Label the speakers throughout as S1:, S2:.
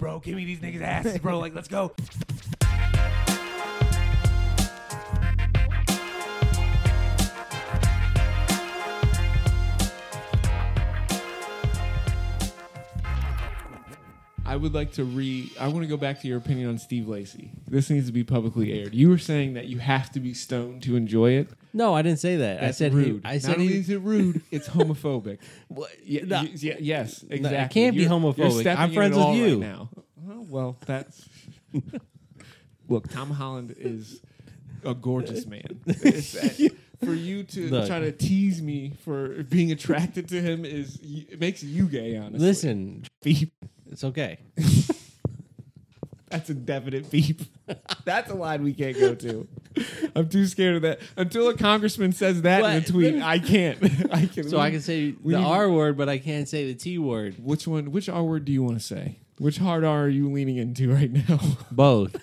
S1: bro. Give me these niggas' asses, bro. Like, let's go.
S2: I would like to re. I want to go back to your opinion on Steve Lacy. This needs to be publicly aired. You were saying that you have to be stoned to enjoy it.
S3: No, I didn't say that. I
S2: That's
S3: said
S2: rude.
S3: He, I said
S2: Not only
S3: he,
S2: is it rude, it's homophobic.
S3: Well,
S2: Ye-
S3: no.
S2: ye- ye- yes, exactly.
S3: can't be
S2: You're-
S3: homophobic.
S2: you're stepping
S3: I'm
S2: in
S3: friends
S2: it
S3: with
S2: all
S3: you.
S2: right now. Well, well, that's look. Tom Holland is a gorgeous man. It's- uh, for you to
S3: Look.
S2: try to tease me for being attracted to him is it makes you gay. Honestly,
S3: listen, it's okay.
S2: That's a definite beep. That's a line we can't go to. I'm too scared of that. Until a congressman says that in a
S3: What?
S2: tweet, I can't. I can.
S3: So I can say the
S2: need-
S3: R word, but I can't say the T word.
S2: Which one? Which R word do you want to say? Which hard R are you leaning into right now?
S3: Both.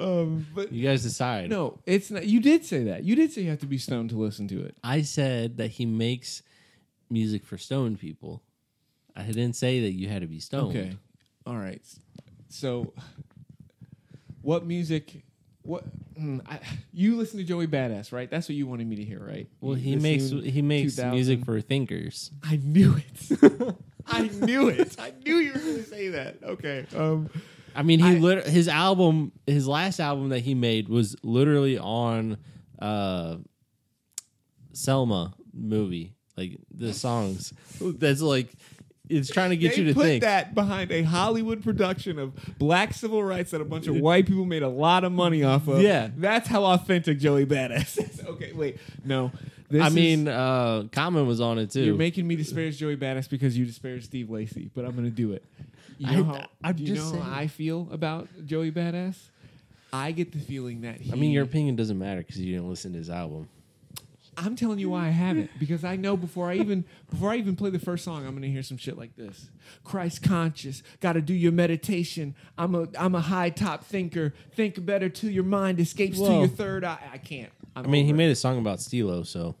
S2: um, but
S3: You guys decide.
S2: no, it's not. You did say that. You did say you have to be stoned to listen to it.
S3: I said that he makes music for stoned people. I didn't say that you had to be stoned.
S2: Okay. All right. So, what music? What hmm, I, you listen to Joey Badass, right? That's what you wanted me to hear, right?
S3: Well, he
S2: This
S3: makes
S2: new
S3: he makes
S2: 2000.
S3: music for thinkers.
S2: I knew it. I knew it. I knew you were going to say that. Okay. Um,
S3: I mean, he
S2: I-
S3: lit- his album, his last album that he made was literally on uh, Selma movie, like the songs. That's like it's trying to get
S2: they
S3: you to
S2: put
S3: think.
S2: that behind a Hollywood production of black civil rights that a bunch of white people made a lot of money off of.
S3: Yeah.
S2: That's how authentic Joey Badass is. Okay, wait. No. This
S3: I
S2: is-
S3: mean, uh, Common was on it too.
S2: you're making me disparage Joey Badass because you disparage Steve Lacey, but I'm going to do it. You
S3: I-
S2: know how,
S3: I'm
S2: do you
S3: just
S2: know
S3: saying.
S2: how I feel about Joey Badass? I get the feeling that he,
S3: I mean, your opinion doesn't matter because you didn't listen to his album.
S2: I'm telling you why I haven't because I know before I even before I even play the first song, I'm gonna hear some shit like this. Christ conscious, gotta do your meditation. I'm a I'm a high top thinker. Think better till your mind escapes to
S3: Whoa.
S2: your third eye. I can't. I'm
S3: I mean, he
S2: over
S3: made a song about Stilo, so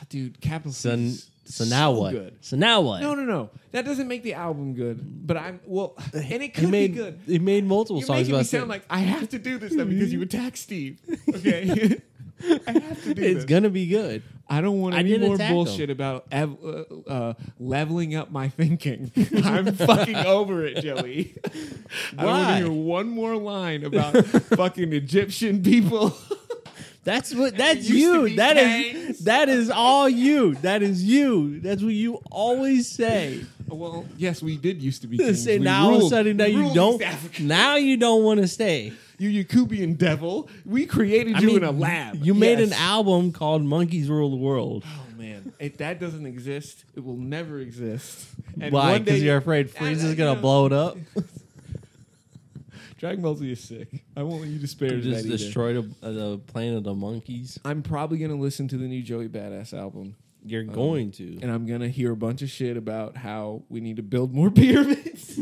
S2: it. dude. Capital
S3: so,
S2: C. is
S3: so now
S2: so
S3: what?
S2: Good.
S3: So now what?
S2: No, no, no. That doesn't make the album good. But I'm well, and it
S3: He
S2: could
S3: made
S2: be good.
S3: he made multiple
S2: You're
S3: songs
S2: making
S3: about
S2: me
S3: Stilo.
S2: sound like I have to do this now because you attack Steve. Okay, I have to do
S3: it's
S2: this.
S3: gonna be good.
S2: I don't want
S3: I
S2: any
S3: didn't
S2: more
S3: attack 'em.
S2: bullshit about ev- uh, uh, leveling up my thinking. I'm fucking over it, Joey. I don't want to
S3: Why?
S2: hear one more line about fucking Egyptian people.
S3: That's what. That's
S2: used to
S3: you.
S2: be
S3: That is.
S2: gangs.
S3: That is all you. That is you. That's what you always say.
S2: well, yes, we did used to be kings.
S3: say
S2: We
S3: now all of a
S2: ruled-
S3: sudden now
S2: we
S3: you
S2: ruled
S3: don't.
S2: East Africa.
S3: Now you don't want to stay.
S2: You Yakubian devil. We created
S3: I
S2: you
S3: mean,
S2: in a lab.
S3: You made
S2: Yes.
S3: an album called "Monkeys Rule the World."
S2: Oh man, if that doesn't exist, it will never exist. And
S3: Why?
S2: one day-
S3: Because you're
S2: I-
S3: afraid
S2: I-
S3: Freeze is
S2: you
S3: gonna
S2: know,
S3: blow it up.
S2: Dragon Ball Z is sick. I won't let you disparage
S3: Just
S2: that either.
S3: destroy the, uh, the planet of the monkeys.
S2: I'm probably gonna listen to the new Joey Badass album,
S3: You're
S2: Oh.
S3: going to.
S2: and I'm gonna hear a bunch of shit about how we need to build more pyramids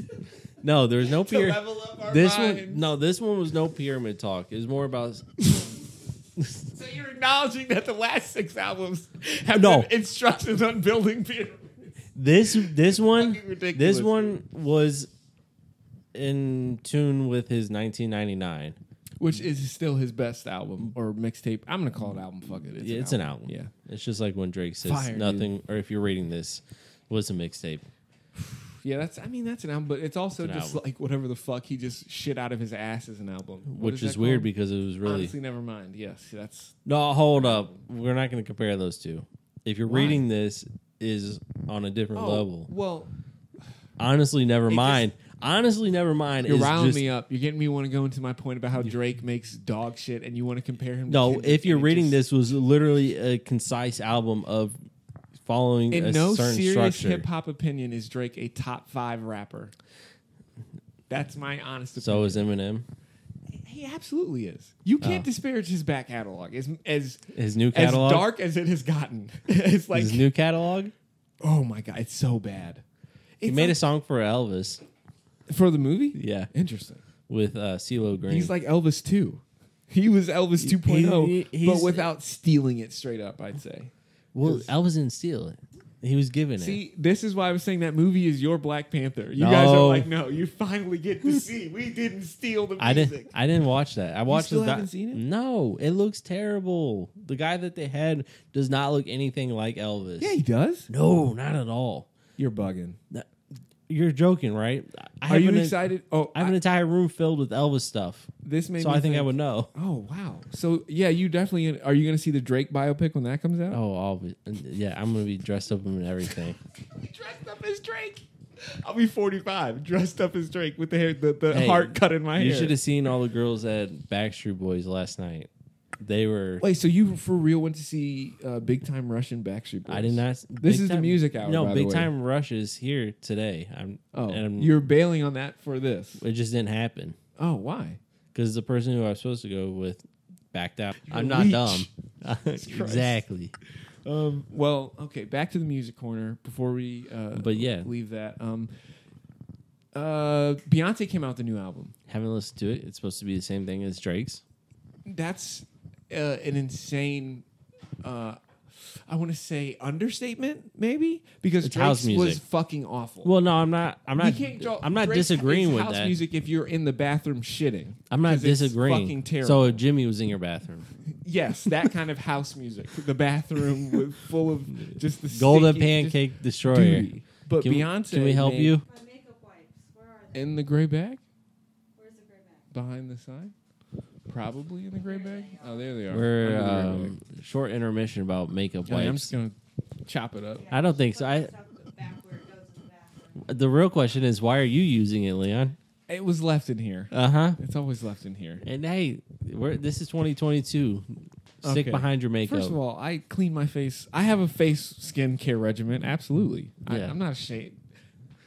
S3: No, there's no
S2: to
S3: pyramid.
S2: level up our
S3: This
S2: minds.
S3: one, no, this one was no pyramid talk. It was more about
S2: So you're acknowledging that the last six albums have
S3: No.
S2: been instructions on building pyramids.
S3: this this one
S2: fucking ridiculous,
S3: this one was in tune with his 1999
S2: Which is still his best album or mixtape. I'm gonna call it album. Fuck it. It's,
S3: Yeah,
S2: an,
S3: it's
S2: album.
S3: an album
S2: Yeah.
S3: it's just like when drake says
S2: Fire, dude.
S3: nothing or if you're reading this was a mixtape
S2: Yeah, that's. I mean, that's an album, but it's also
S3: It's an
S2: just
S3: album.
S2: like whatever the fuck he just shit out of his ass is an album, What
S3: which is
S2: that
S3: weird
S2: called?
S3: because it was really
S2: honestly, never mind. Yes, that's
S3: no hold up we're not going to compare those two if you're
S2: Why?
S3: reading this is on a different
S2: Oh,
S3: level
S2: Well,
S3: honestly never
S2: just-
S3: mind honestly never mind
S2: you're
S3: is
S2: riling
S3: just-
S2: me up. You're getting me want to go into my point about how Drake makes dog shit, and you want to compare him. to
S3: no
S2: Kendrick,
S3: if you're
S2: and it
S3: reading
S2: just-
S3: this was literally a concise album of following a
S2: in no
S3: certain
S2: serious
S3: structure
S2: hip hop opinion, is Drake a top five rapper? That's my honest opinion.
S3: So is Eminem.
S2: He absolutely is. You can't disparage his back catalog as as
S3: Oh. His new
S2: as
S3: catalog.
S2: dark as it has gotten. it's like
S3: His new catalog.
S2: oh my god, it's so bad.
S3: He
S2: It's
S3: made
S2: like-
S3: a song for Elvis.
S2: For the movie?
S3: Yeah,
S2: Interesting.
S3: with uh, CeeLo Green.
S2: He's like Elvis 2. He was Elvis 2.0,
S3: he-
S2: but
S3: he's-
S2: without stealing it straight up, I'd say.
S3: well, Elvis didn't steal it. He was given it.
S2: See, this is why I was saying that movie is your Black Panther. You guys are
S3: No.
S2: like, no, you finally get to see. We didn't steal the music.
S3: I didn't. I didn't watch that. I watched.
S2: still
S3: the doc-
S2: haven't seen it?
S3: No, it looks terrible. The guy that they had does not look anything like Elvis.
S2: yeah, he does.
S3: No, not at all.
S2: You're bugging.
S3: That- You're joking, right? I
S2: Are
S3: have
S2: you
S3: an-
S2: excited? Oh,
S3: I have an
S2: I-
S3: entire room filled with Elvis stuff,
S2: this made
S3: so
S2: me
S3: I think I would know.
S2: Oh wow! So yeah, you definitely are. You going to see the Drake biopic when that comes out?
S3: Oh, I'll be, yeah, I'm gonna be dressed up in everything.
S2: dressed up as Drake. I'll be 45, dressed up as Drake with the hair, the, the
S3: Hey,
S2: heart cut in my hair.
S3: You should have seen all the girls at Backstreet Boys last night. They were.
S2: Wait, so you for real went to see uh, Big Time Russian Backstreet Boys?
S3: I did not.
S2: This
S3: Big
S2: is the
S3: Time-
S2: music hour,
S3: No,
S2: by the
S3: Big
S2: way.
S3: Time Rush is here today. I'm.
S2: Oh,
S3: and I'm-
S2: you're bailing on that for this?
S3: it just didn't happen
S2: Oh, why?
S3: because the person who I was supposed to go with backed out. I'm not
S2: leech.
S3: dumb. exactly.
S2: Um, well, okay, back to the music corner before we. Uh,
S3: But yeah.
S2: leave that. Um, uh, Beyonce came out with a new album.
S3: Haven't listened to it. It's supposed to be the same thing as Drake's.
S2: That's uh, an insane. Uh, I want to say understatement, maybe because
S3: It's house
S2: Drake's was
S3: music.
S2: fucking awful.
S3: Well, no, I'm not. I'm
S2: You
S3: not.
S2: can't draw-
S3: I'm not
S2: Drake's-
S3: disagreeing
S2: it's
S3: with
S2: house
S3: that.
S2: music if you're in the bathroom shitting.
S3: I'm not
S2: 'Cause it's
S3: disagreeing.
S2: Fucking terrible.
S3: So if Jimmy was in your bathroom.
S2: yes, that kind of house music, the bathroom with full of just the
S3: Golden
S2: stinky- just
S3: Pancake Destroyer.
S2: duty. But
S3: Can we-
S2: Beyonce,
S3: Can we help
S2: made-
S3: you?
S4: My makeup wipes, where are they?
S2: in the gray bag
S4: Where's the gray bag?
S2: behind the sign, probably in the gray bag. Oh, there they are.
S3: We're
S2: Under the gray
S3: um, short intermission about makeup
S2: bag. All right, I'm just
S3: wipes.
S2: gonna chop it up.
S3: I don't think so. I,
S4: Put the back where it goes in the bathroom.
S3: the real question is, why are you using it, Leon?
S2: It was left in here.
S3: Uh huh.
S2: It's always left in here.
S3: And hey, we're, this is 2022. Stick
S2: Okay.
S3: behind your makeup.
S2: First of all, I clean my face. I have a face skincare regimen. Absolutely. I,
S3: Yeah. Uh,
S2: I'm not ashamed.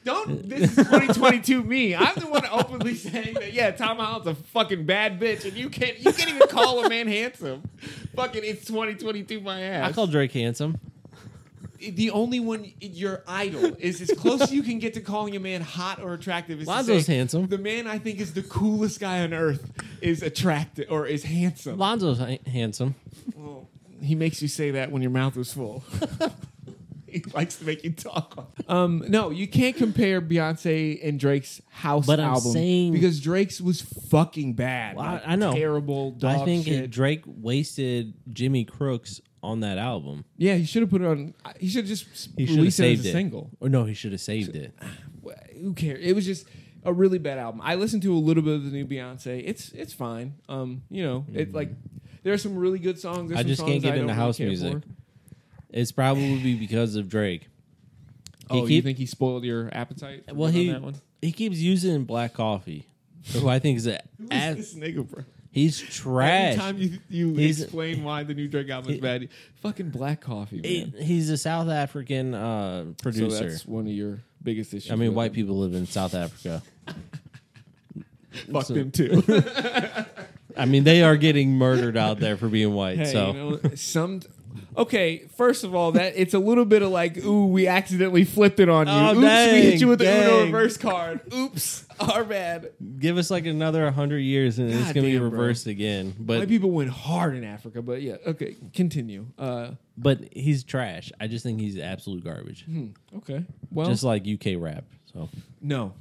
S2: Don't. This is 2022 me. I'm the one openly saying that. Yeah, Tom Holland's a fucking bad bitch, and you can't. You can't even call a man handsome. Fucking, it's 2022. My ass.
S3: I call Drake handsome.
S2: the only one your idol is as close as you can get to calling a man hot or attractive. Is to
S3: Lonzo's
S2: say,
S3: handsome.
S2: The man I think is the coolest guy on earth is attractive or is handsome.
S3: Lonzo's ha- handsome.
S2: Well, he makes you say that when your mouth is full. he likes to make you talk. Um, no, you can't compare Beyonce and Drake's house
S3: But I'm
S2: album
S3: saying-
S2: because Drake's was fucking bad.
S3: Well, I-
S2: Like,
S3: I know.
S2: terrible dog
S3: I think
S2: shit.
S3: it- Drake wasted Jimmy Crooks on that album.
S2: yeah, he should have put it on. He should have just
S3: He should have
S2: released it
S3: saved
S2: as a
S3: it.
S2: single.
S3: Or no, he should have saved it.
S2: Wh- Who cares? It was just a really bad album. I listened to a little bit of the new Beyonce. It's it's fine. Um, you know, it like there are some really good songs. There's
S3: Mm. I
S2: some
S3: just can't
S2: songs
S3: get
S2: I
S3: into
S2: don't really
S3: house
S2: care
S3: music.
S2: for.
S3: It's probably because of Drake. He
S2: Oh, you
S3: keep-
S2: think he spoiled your appetite?
S3: Well,
S2: on
S3: he
S2: that one?
S3: he keeps using black coffee, who I think is a,
S2: Who's
S3: ass-
S2: this nigga, bro?
S3: he's trash.
S2: Anytime you, you
S3: He's-
S2: explain why the new Drake album is
S3: He-
S2: bad, fucking black coffee,
S3: He-
S2: man.
S3: he's a South African uh,
S2: So
S3: producer.
S2: that's one of your biggest issues.
S3: I mean,
S2: with
S3: white
S2: him.
S3: people live in South Africa.
S2: fuck
S3: so-
S2: them too.
S3: I mean, they are getting murdered out there for being white.
S2: Hey,
S3: so
S2: you know, some. Okay, first of all, that it's a little bit of like, ooh, we accidentally flipped it on you.
S3: Oh,
S2: Oops, we
S3: dang,
S2: hit you with the Uno
S3: dang.
S2: reverse card. Oops, our bad.
S3: give us like another hundred years, and it's
S2: God
S3: gonna be
S2: damn, bro.
S3: reversed again.
S2: White
S3: But
S2: people went hard in Africa, but yeah, okay, continue. Uh,
S3: but he's trash. I just think he's absolute garbage,
S2: okay, Hmm. well,
S3: just like UK rap. So
S2: no.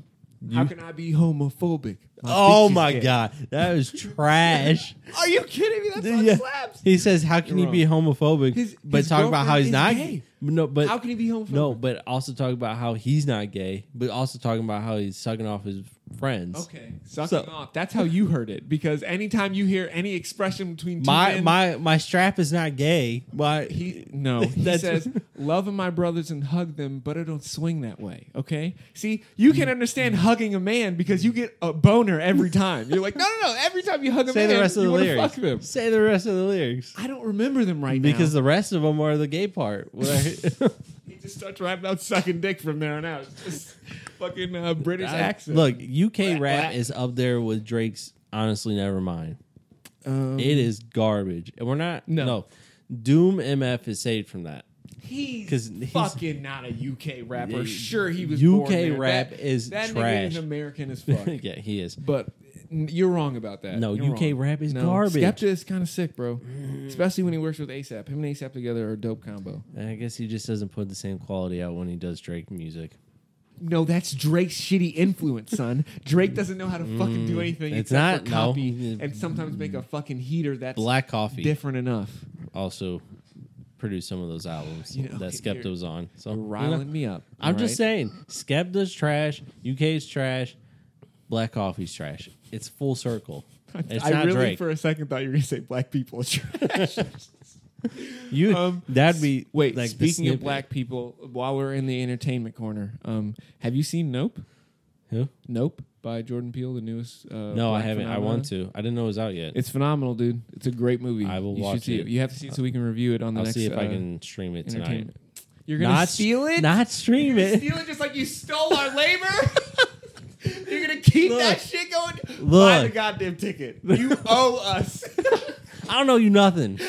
S2: How can I be homophobic? My bitch
S3: oh
S2: is
S3: my
S2: gay.
S3: god, that was trash.
S2: Are you kidding me? That song
S3: Yeah.
S2: slaps.
S3: He says, "How can
S2: You're
S3: he be homophobic?"
S2: His-
S3: but
S2: his
S3: talk about how he's not
S2: girlfriend is gay.
S3: No, but
S2: How can he be homophobic?
S3: No, but also talk about how he's not gay, but also talking about how he's sucking off his friends.
S2: Okay, sucking
S3: So-
S2: off. That's how you heard it because anytime you hear any expression between two
S3: My
S2: men,
S3: my my strap is not gay. My
S2: He no. He
S3: That's-
S2: says, "Loving my brothers and hug them, but I don't swing that way." Okay. See, you can understand hugging a man because you get a boner every time. You're like, no, no, no. Every time you hug a
S3: say
S2: man,
S3: the rest of
S2: you
S3: the
S2: wanna
S3: lyrics.
S2: Fuck them.
S3: Say the rest of the lyrics
S2: I don't remember them right
S3: because
S2: now
S3: the rest of them are the gay part. What I-
S2: he just starts rapping out sucking dick from there on out. It's just fucking uh, British accent.
S3: Look, UK
S2: Wah,
S3: rap
S2: wah.
S3: is up there with Drake's. Honestly, never mind.
S2: Um,
S3: It is garbage, and we're not.
S2: No.
S3: No, Doom MF is saved from that.
S2: he's
S3: 'cause he's-
S2: fucking not a UK rapper.
S3: Yeah,
S2: sure, he was
S3: UK
S2: born there.
S3: rap
S2: That-
S3: is
S2: that nigga
S3: trash.
S2: is American as fuck.
S3: yeah, he is.
S2: But N- You're wrong about that.
S3: No,
S2: You're
S3: UK
S2: wrong.
S3: rap is garbage.
S2: Skepta is kind of sick, bro. Especially when he works with ASAP. Him and ASAP together are a dope combo.
S3: And I guess he just doesn't put the same quality out when he does Drake music.
S2: No, that's Drake's shitty influence, son. Drake doesn't know how to fucking do anything.
S3: Mm, it's
S2: except
S3: not-
S2: for
S3: no. Mm.
S2: copy and sometimes make a fucking heater that's
S3: Black Coffee
S2: different enough.
S3: also produced some of those albums
S2: You know,
S3: that
S2: okay,
S3: Skepta
S2: you're-
S3: was on. So
S2: You're
S3: you know,
S2: riling me up.
S3: I'm
S2: all
S3: just
S2: right?
S3: saying, Skepta's trash, UK's trash, Black Coffee's trash. It's full circle. It's
S2: I
S3: not
S2: really,
S3: Drake.
S2: for a second, thought you were gonna say black people are trash.
S3: you
S2: um,
S3: that'd be
S2: Wait,
S3: like the
S2: speaking of
S3: snippet.
S2: black people, while we're in the entertainment corner, um, have you seen Nope?
S3: Who?
S2: Nope by Jordan Peele, the newest. Uh,
S3: No, I
S2: black
S3: haven't. I
S2: phenomenon.
S3: want to. I didn't know it was out yet.
S2: It's phenomenal, dude. It's a great movie.
S3: I will
S2: you should
S3: watch
S2: see
S3: it.
S2: You have to see it so we can review it on the
S3: I'll
S2: next.
S3: see if I
S2: uh,
S3: can stream it tonight.
S2: entertainment. You're gonna
S3: Not-
S2: steal it?
S3: Not stream it.
S2: steal it just like you stole our labor. You're gonna keep
S3: Look.
S2: that shit going. Buy the
S3: Look.
S2: goddamn ticket. You owe us.
S3: I don't know you nothing.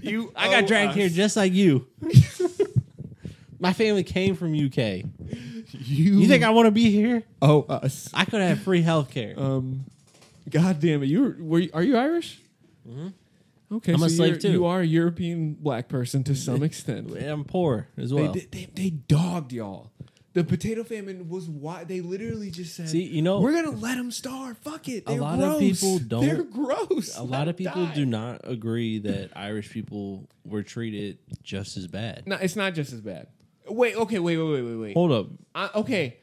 S2: you.
S3: I got
S2: owe
S3: dragged
S2: us.
S3: here just like you. My family came from UK.
S2: You.
S3: You think I want to be here?
S2: owe us?
S3: I could have free healthcare.
S2: Um, God damn it! You were, were you, are you Irish? Okay,
S3: Mm-hmm. I'm
S2: so
S3: a slave
S2: you're-
S3: too.
S2: You are a European black person to some extent.
S3: I'm poor as
S2: they,
S3: well.
S2: did- they, they dogged y'all. The potato famine was why they literally just said,
S3: See, you know-
S2: we're gonna let them starve. Fuck it.
S3: A
S2: They're
S3: lot
S2: gross.
S3: of people don't-
S2: They're gross.
S3: a lot of people do not agree that Irish people were treated just as bad.
S2: No, it's not just as bad. Wait. Okay. Wait. Wait. Wait. Wait. Wait.
S3: Hold up.
S2: Uh, okay.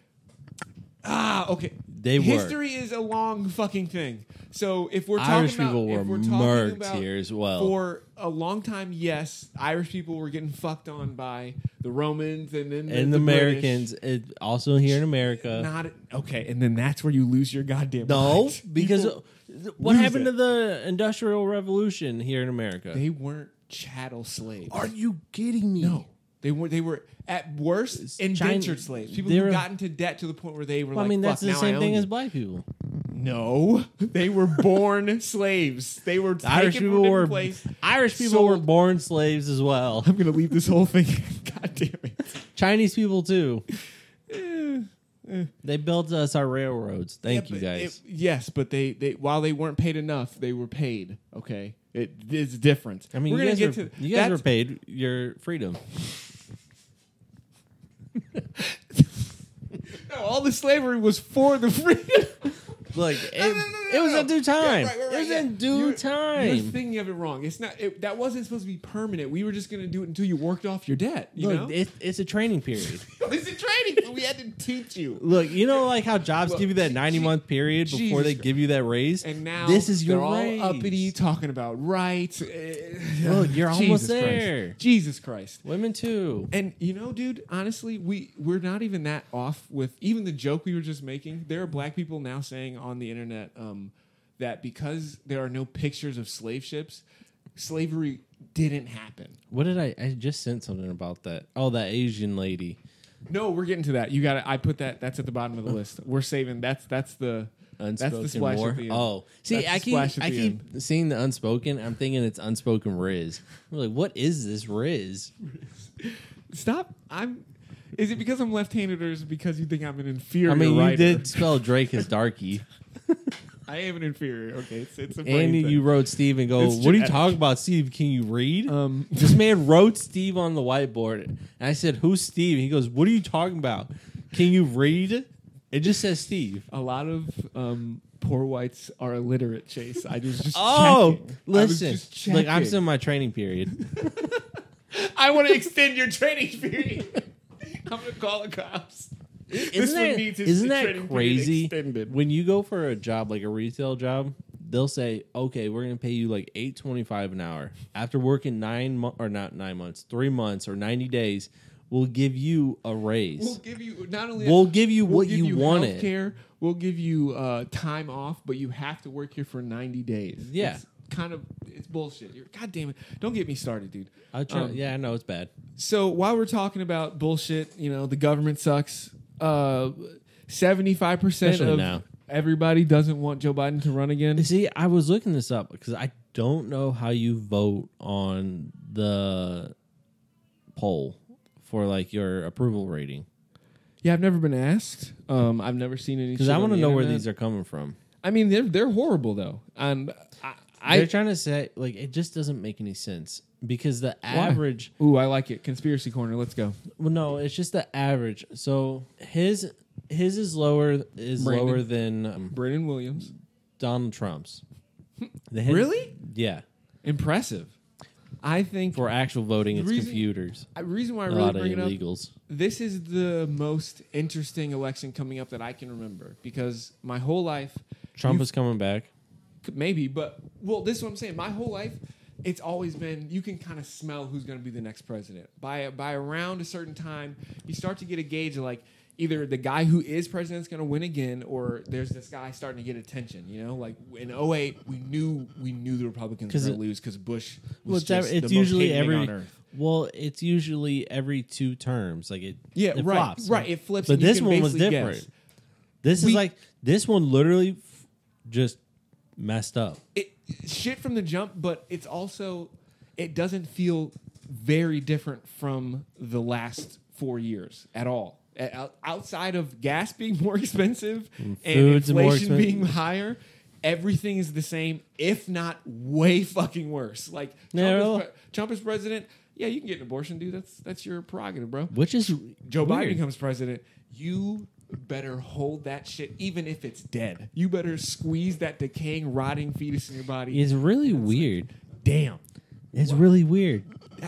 S2: Ah, okay.
S3: They were.
S2: history is a long fucking thing. So if we're talking
S3: Irish
S2: about,
S3: people were
S2: if we're talking
S3: murked
S2: about
S3: here as well.
S2: for a long time, yes, Irish people were getting fucked on by the Romans and then the,
S3: And
S2: the
S3: Americans, it, also here in America.
S2: British. Not okay, and then that's where you lose your goddamn.
S3: no,
S2: minds.
S3: because
S2: People-
S3: what
S2: lose
S3: happened
S2: it.
S3: to the Industrial Revolution here in America?
S2: they weren't chattel slaves.
S3: Are you kidding me?
S2: no, they were. They were at worst
S3: China-
S2: indentured slaves. People
S3: they
S2: who
S3: were-
S2: got into debt to the point where they were
S3: Well,
S2: like,
S3: I mean,
S2: "Fuck,
S3: that's the
S2: now I
S3: same
S2: own
S3: thing
S2: you."
S3: as black people.
S2: No, they were born slaves. They were taken
S3: Irish
S2: from a
S3: people
S2: different
S3: were
S2: place.
S3: Irish people
S2: Sold-
S3: were born slaves as well.
S2: I'm gonna leave this whole thing. God damn it!
S3: Chinese people too. they built us our railroads. Thank
S2: Eh, Yeah,
S3: you
S2: but
S3: guys.
S2: it- yes, but they, they while they weren't paid enough, they were paid. Okay, it is different.
S3: I mean,
S2: we're
S3: you
S2: gonna
S3: guys,
S2: get
S3: were,
S2: to
S3: you guys were
S2: that's-
S3: paid your freedom.
S2: No, all the slavery was for the freedom.
S3: Like it,
S2: no, no, no,
S3: it was
S2: no.
S3: in due
S2: Yeah, right, right,
S3: time.
S2: right,
S3: it was
S2: yeah.
S3: in due
S2: You're-
S3: time.
S2: You're thinking of it wrong. It's not. It, that wasn't supposed to be permanent. We were just gonna do it until you worked off your debt. You
S3: Look,
S2: know,
S3: it, it's a training period.
S2: it's a training, but we had to teach you.
S3: Look, you know, like how jobs
S2: Look,
S3: give you that ninety month period before
S2: Jesus
S3: they
S2: Christ.
S3: give you that raise.
S2: And now
S3: this is your
S2: they're all
S3: raise.
S2: uppity talking about rights. Eh, Look,
S3: Look, you're almost there.
S2: Jesus Christ.
S3: Women too.
S2: And you know, dude, honestly, we we're not even that off with even the joke we were just making. There are black people now saying on the internet um, that because there are no pictures of slave ships, slavery didn't happen.
S3: What did I? I just sent something about that. Oh, that Asian lady.
S2: No, we're getting to that. You got to I put that. That's at the bottom of the list. We're saving. That's that's the
S3: Unspoken
S2: that's the splash
S3: war.
S2: at the end.
S3: Oh, see,
S2: That's the
S3: I keep
S2: splash at
S3: I
S2: the
S3: keep seeing the unspoken. I'm thinking it's unspoken Riz. I'm like, what is this Riz?
S2: Stop. I'm. Is it because I'm left-handed or is it because you think I'm an inferior?
S3: I mean,
S2: writer?
S3: you did spell Drake as darky,
S2: I am an inferior. Okay, it's it's a brain
S3: and
S2: thing.
S3: you wrote Steve and go.
S2: It's
S3: What are you
S2: genetic.
S3: talking about, Steve? Can you read?
S2: Um,
S3: this man wrote Steve on the whiteboard, and I said, "Who's Steve?" And he goes, "What are you talking about? Can you read?" It just says Steve.
S2: a lot of um, poor whites are illiterate. Chase, I was just
S3: Oh,
S2: checking. I
S3: listen!
S2: was just
S3: Like I'm
S2: checking.
S3: still in my training period.
S2: I want to extend your training period. I'm gonna call the cops.
S3: isn't
S2: one
S3: that,
S2: needs his
S3: isn't
S2: training
S3: that
S2: period
S3: crazy?
S2: extended.
S3: When you go for a job like a retail job, they'll say, "Okay, we're going to pay you like eight twenty five an hour. After working nine mo- or not nine months, three months or ninety days, we'll give you a raise.
S2: We'll
S3: We'll,
S2: give you not only
S3: give you what
S2: give
S3: you, wanted.
S2: healthcare, We'll give you uh, time off, but you have to work here for 90 days.
S3: Yeah.
S2: It's kind of it's bullshit. You're, God damn it! Don't get me started, dude.
S3: I try,
S2: Um,
S3: yeah, I know it's bad.
S2: So while we're talking about bullshit, you know, the government sucks. uh, Seventy-five percent
S3: Especially
S2: of
S3: now.
S2: everybody doesn't want Joe Biden to run again.
S3: See, I was looking this up because I don't know how you vote on the poll for like your approval rating.
S2: Yeah, I've never been asked. Um, I've never seen any.
S3: Because
S2: shit
S3: I
S2: on
S3: want to
S2: the
S3: know where
S2: internet.
S3: these are coming from.
S2: I mean, they're they're horrible though. And I,
S3: They're
S2: I
S3: trying to say like it just doesn't make any sense because the average.
S2: Ooh, I like it. Conspiracy corner. Let's go.
S3: Well, no, it's just the average. So his his is lower is
S2: Brandon.
S3: lower than um,
S2: Brennan Williams.
S3: Donald Trump's. The his-
S2: Really?
S3: Yeah.
S2: Impressive. I think.
S3: For actual voting, it's
S2: Reason-
S3: computers.
S2: I- reason why I
S3: A
S2: really
S3: lot of
S2: bring it up.
S3: illegals.
S2: This is the most interesting election coming up that I can remember because my whole life,
S3: Trump
S2: you've-
S3: is coming back.
S2: maybe, but well, this is what I'm saying. My whole life, it's always been you can kind of smell who's going to be the next president by by around a certain time. You start to get a gauge of like either the guy who is president's going to win again, or there's this guy starting to get attention. You know, like in 08, we knew we knew the Republicans were
S3: 'Cause
S2: going to
S3: it-
S2: lose because Bush was
S3: Well, it's, ev-
S2: just
S3: it's
S2: the most
S3: usually
S2: hated man
S3: every.
S2: on earth.
S3: Well, it's usually every two terms. Like it.
S2: Yeah,
S3: it
S2: right,
S3: flops.
S2: right. It flips.
S3: But
S2: and you
S3: this
S2: can
S3: one was
S2: basically
S3: different.
S2: guess.
S3: This
S2: We-
S3: is like this one literally f- just messed up.
S2: it shit from the jump, but it's also it doesn't feel very different from the last four years at all. A- out- Outside of gas being more expensive and,
S3: Mm, food's more
S2: inflation
S3: expen-
S2: being higher, everything is the same, if not way fucking worse. Like Trump,
S3: Yeah,
S2: is,
S3: well-
S2: pre- Trump is president. Yeah, you can get an abortion, dude. That's that's your prerogative, bro.
S3: Which is
S2: Joe Biden
S3: weird.
S2: becomes president, you better hold that shit, even if it's dead. You better squeeze that decaying, rotting fetus in your body.
S3: It's really weird.
S2: Damn.
S3: It's really weird.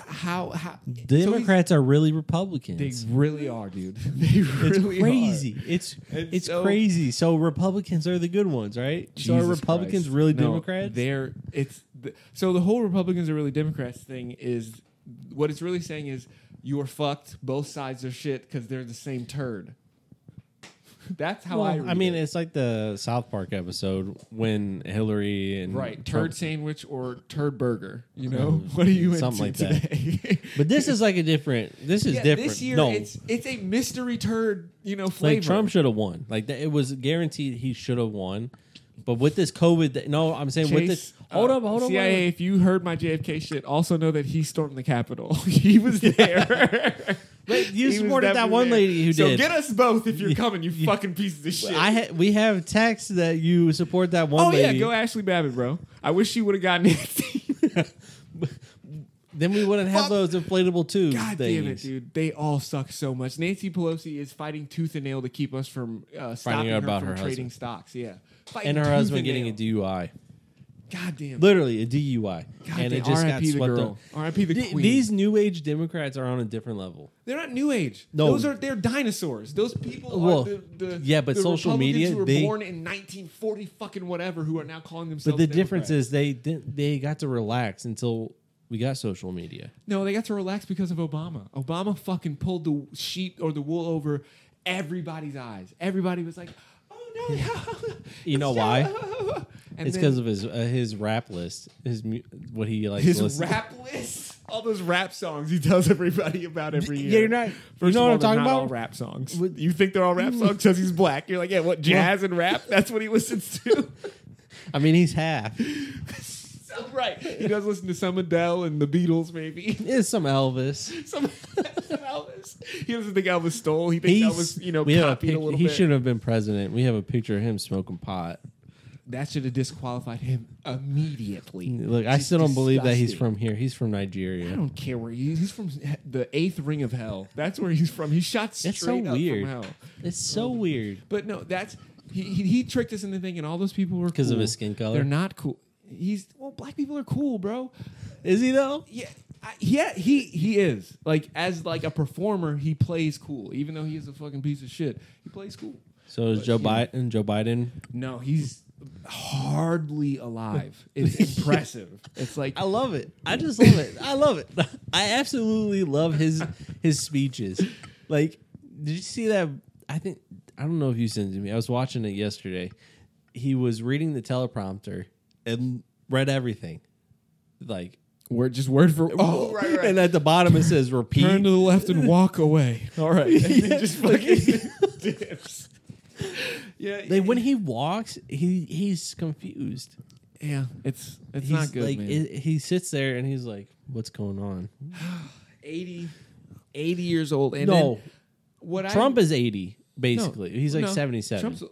S2: How how so he's-
S3: Democrats are really
S2: they
S3: Republicans.
S2: really are, dude. They really
S3: it's crazy. It's
S2: And
S3: it's
S2: so-
S3: crazy. So Republicans are the good ones, right?
S2: are.
S3: so are
S2: Jesus
S3: Republicans
S2: Christ.
S3: really
S2: No,
S3: Democrats?
S2: They're it's the, so the whole Republicans are really Democrats thing is what it's really saying is you're fucked. Both sides are shit because they're the same turd. That's how
S3: Well,
S2: I.
S3: I,
S2: Read
S3: mean,
S2: it.
S3: it's like the South Park episode when Hillary and
S2: right
S3: Trump-
S2: turd sandwich or turd burger. You know what are you
S3: Mm-hmm. Something
S2: into
S3: like that.
S2: today?
S3: But this is like a different. This is
S2: yeah,
S3: different.
S2: this year
S3: no,
S2: it's it's a mystery turd. You know flavor.
S3: like Trump should have won. Like that, it was guaranteed he should have won. But with this COVID, th- no, I'm saying with this.
S2: uh,
S3: Hold up, hold on.
S2: CIA, if you heard my JFK shit, also know that he stormed the Capitol. he was there.
S3: Wait, you
S2: He was
S3: supported that
S2: definitely
S3: one
S2: there.
S3: lady who
S2: so
S3: did.
S2: get us both if you're coming, you fucking pieces of shit.
S3: I ha- we have text that you support that one
S2: oh
S3: lady.
S2: yeah, go Ashley Babbitt, bro. I wish she would have gotten it.
S3: Then we wouldn't have
S2: Fuck.
S3: those inflatable tubes.
S2: God
S3: things.
S2: damn it, dude. They all suck so much. Nancy Pelosi is fighting tooth and nail to keep us from uh, stopping her
S3: out about
S2: from
S3: her
S2: trading
S3: husband.
S2: stocks. Yeah, Fighting
S3: And her
S2: tooth
S3: husband getting a
S2: nail.
S3: DUI,
S2: God damn.
S3: literally a DUI,
S2: God
S3: and
S2: damn,
S3: it just got
S2: R.I.P. the
S3: swept
S2: girl.
S3: up.
S2: R.I.P. the
S3: Th-
S2: queen.
S3: These new age Democrats are on a different level.
S2: They're not new age.
S3: No.
S2: those are they're dinosaurs. Those people
S3: Well,
S2: are the, the
S3: yeah, but
S2: the
S3: social
S2: Republicans
S3: media,
S2: who were
S3: they-
S2: born in 1940 fucking whatever who are now calling themselves.
S3: But the difference
S2: Democrats.
S3: is they didn't, they got to relax until we got social media.
S2: no, they got to relax because of Obama. Obama fucking pulled the sheet or the wool over everybody's eyes. Everybody was like, "Oh no!"
S3: You
S2: it's
S3: know
S2: Joe.
S3: why?
S2: And then
S3: it's because of his uh, his rap list, his mu- what he likes. to
S2: his
S3: listen.
S2: rap list, all those rap songs he tells everybody about every
S3: Yeah,
S2: year.
S3: you're not- you
S2: First
S3: know
S2: of
S3: what
S2: all,
S3: I'm
S2: they're not
S3: talking about? Mm.
S2: all rap songs.
S3: With-
S2: You think they're all rap songs because he's black? You're like, yeah, what jazz and rap? That's what he listens to.
S3: I mean, he's half.
S2: So, right. He does listen to some Adele and the Beatles, maybe.
S3: It's some Elvis.
S2: Some, some Elvis. He doesn't think Elvis stole. He thinks
S3: He's
S2: Elvis, you know,
S3: we have a
S2: copied a,
S3: pic-
S2: little
S3: He
S2: bit.
S3: should have been president. We have a picture of him smoking pot.
S2: That should have disqualified him immediately.
S3: Look, I
S2: Just
S3: still don't believe that he's
S2: disgusting.
S3: from here. He's from
S2: I
S3: Nigeria.
S2: don't care where he is. He's from the eighth ring of hell. That's where he's from. He shot straight
S3: It's so
S2: up
S3: weird.
S2: from hell.
S3: It's so weird.
S2: But no, that's he, he. He tricked us into thinking all those people were
S3: 'Cause of
S2: cool.
S3: his skin color?
S2: They're not cool. He's well, black people are cool, bro.
S3: Is he though?
S2: Yeah, I, yeah. He he is like as like a performer, he plays cool. Even though he is a fucking piece of shit, he plays cool.
S3: So is
S2: But,
S3: Joe
S2: you know.
S3: Biden. Joe Biden.
S2: No, he's hardly alive. It's impressive. It's like
S3: I love it. I just love it. I love it. I absolutely love his his speeches. Like, did you see that? I think I don't know if you sent it to me. I was watching it yesterday. He was reading the teleprompter and read everything. Like,
S2: word just word for oh right
S3: and at the bottom it says repeat.
S2: Turn to the left and walk away. All right, and then
S3: Yeah.
S2: Oh, just fucking dips. Yeah,
S3: Like, when he walks, he he's confused.
S2: yeah, it's it's
S3: he's
S2: not good.
S3: Like
S2: man.
S3: It, he sits there and he's like, "What's going on?"
S2: 80, 80 years old. And
S3: no,
S2: then what
S3: Trump
S2: I,
S3: is eighty. basically.
S2: No,
S3: He's like
S2: no.
S3: 77.
S2: Trump's,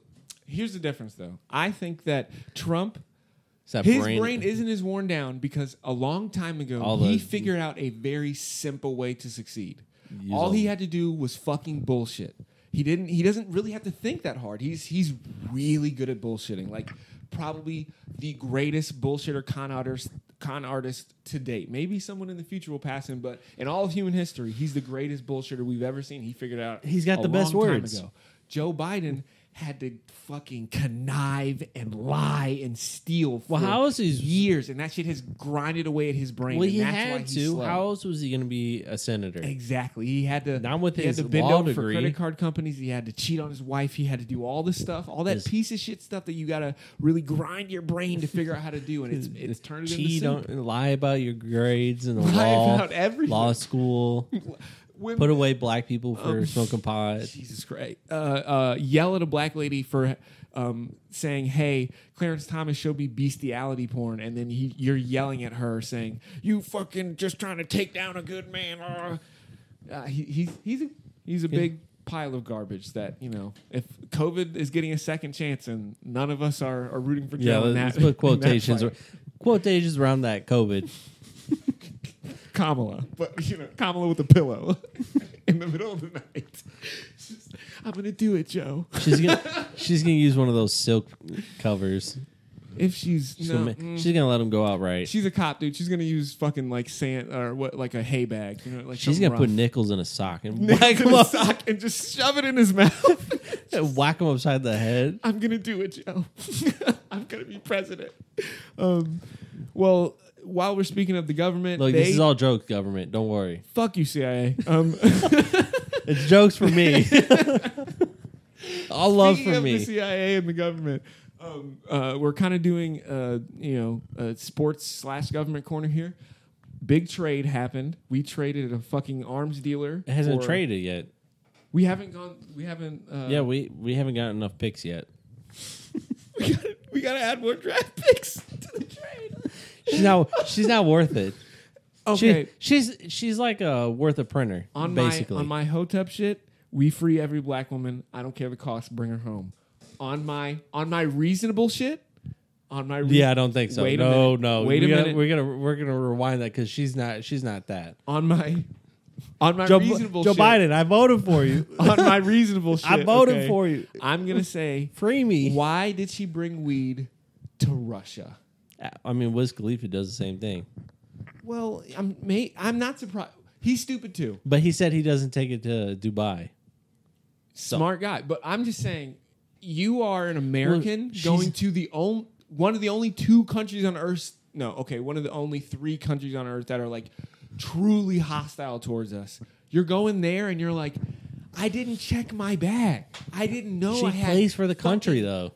S2: here's the difference, though. I think that Trump,
S3: It's that
S2: his brain. isn't as worn down because a long time ago
S3: All
S2: he
S3: the-
S2: figured out a very simple way to succeed.
S3: Use
S2: all
S3: all-
S2: he had to do was fucking bullshit. He didn't. He doesn't really have to think that hard. He's he's really good at bullshitting. Like probably the greatest bullshitter con artist con artist to date. Maybe someone in the future will pass him, but in all of human history, he's the greatest bullshitter we've ever seen. He figured out
S3: He's got
S2: a
S3: the best
S2: long time
S3: words.
S2: ago. Joe Biden had to fucking connive and lie and steal for
S3: Well, how is he-
S2: years, and that shit has grinded away at his brain.
S3: Well,
S2: and
S3: he
S2: that's why
S3: had
S2: he's
S3: to.
S2: slow.
S3: How else was he going to be a senator?
S2: Exactly. He had to.
S3: Not with
S2: he
S3: his
S2: had to bend
S3: law
S2: over
S3: degree.
S2: for credit card companies. He had to cheat on his wife. He had to do all this stuff, all that
S3: His-
S2: piece of shit stuff that you gotta really grind your brain to figure out how to do, and it's it's turned it
S3: Cheat
S2: into
S3: on,
S2: soup.
S3: lie about your grades and the
S2: Lie
S3: law,
S2: about everything.
S3: law school.
S2: Women-
S3: Put away black people for
S2: Um,
S3: smoking pot.
S2: Jesus Christ. Uh, uh, yell at a black lady for um, saying, "Hey, Clarence Thomas showed me bestiality porn," and then he, you're yelling at her saying, "You fucking just trying to take down a good man." Uh, uh, he, he's he's a, he's a big pile of garbage that you know. If COVID is getting a second chance, and none of us are, are rooting for
S3: Yeah,
S2: Joe, in
S3: let's
S2: that- in that
S3: put quotations.
S2: fight.
S3: Quotations around that COVID.
S2: Kamala, but you know, Kamala with a pillow in the middle of the night. She's, I'm gonna do it, Joe.
S3: She's gonna she's gonna use one of those silk covers.
S2: If she's,
S3: She's,
S2: no,
S3: gonna, ma-
S2: mm.
S3: she's gonna let him go outright.
S2: She's a cop, dude. She's gonna use fucking like sand or what, like a hay bag. You know, like
S3: She's
S2: something
S3: gonna put
S2: rough.
S3: nickels in a sock and
S2: Nick
S3: whack
S2: in
S3: him,
S2: a
S3: up,
S2: sock and just shove it in his mouth.
S3: whack him upside the head.
S2: I'm gonna do it, Joe. I'm gonna be president. Um, well, while we're speaking of the government,
S3: Look,
S2: they
S3: this is all jokes, government. Don't worry,
S2: fuck you, CIA. Um,
S3: it's jokes for me. all love
S2: Speaking
S3: for
S2: of The
S3: me.
S2: CIA and the government. Um, uh, we're kind of doing, uh, you know, uh, sports slash government corner here. Big trade happened. We traded a fucking arms dealer.
S3: It hasn't
S2: for-
S3: traded yet.
S2: We haven't gone. We haven't. Uh,
S3: Yeah, we we haven't got enough picks yet.
S2: we gotta, we gotta add more draft picks to the trade.
S3: She's not she's not worth it.
S2: Okay,
S3: She, she's she's like a worth a printer.
S2: on
S3: basically.
S2: my on my hotep shit, we free every black woman. I don't care the cost. Bring her home. On my on my reasonable shit. On my re-
S3: Yeah, I don't think so.
S2: Wait a
S3: no,
S2: minute.
S3: no.
S2: Wait
S3: we
S2: a
S3: gotta,
S2: minute.
S3: We're gonna we're gonna rewind that because she's not she's not that.
S2: on my on my
S3: Joe,
S2: reasonable
S3: Joe
S2: shit.
S3: Biden, I voted for you.
S2: on my reasonable shit.
S3: I voted
S2: okay?
S3: for you.
S2: I'm gonna say,
S3: Free me.
S2: why did she bring weed to Russia?
S3: I mean, Wiz Khalifa does the same thing,
S2: Well, I'm mate, I'm not surprised. He's stupid too.
S3: but he said he doesn't take it to Dubai.
S2: Smart guy, but I'm just saying, you are an American
S3: Well, she's-
S2: going to the only one of the only two countries on Earth. No, okay, one of the only three countries on Earth that are like truly hostile towards us. You're going there, and you're like, I didn't check my bag. I didn't know
S3: she
S2: I had
S3: plays for the
S2: fucking
S3: country though.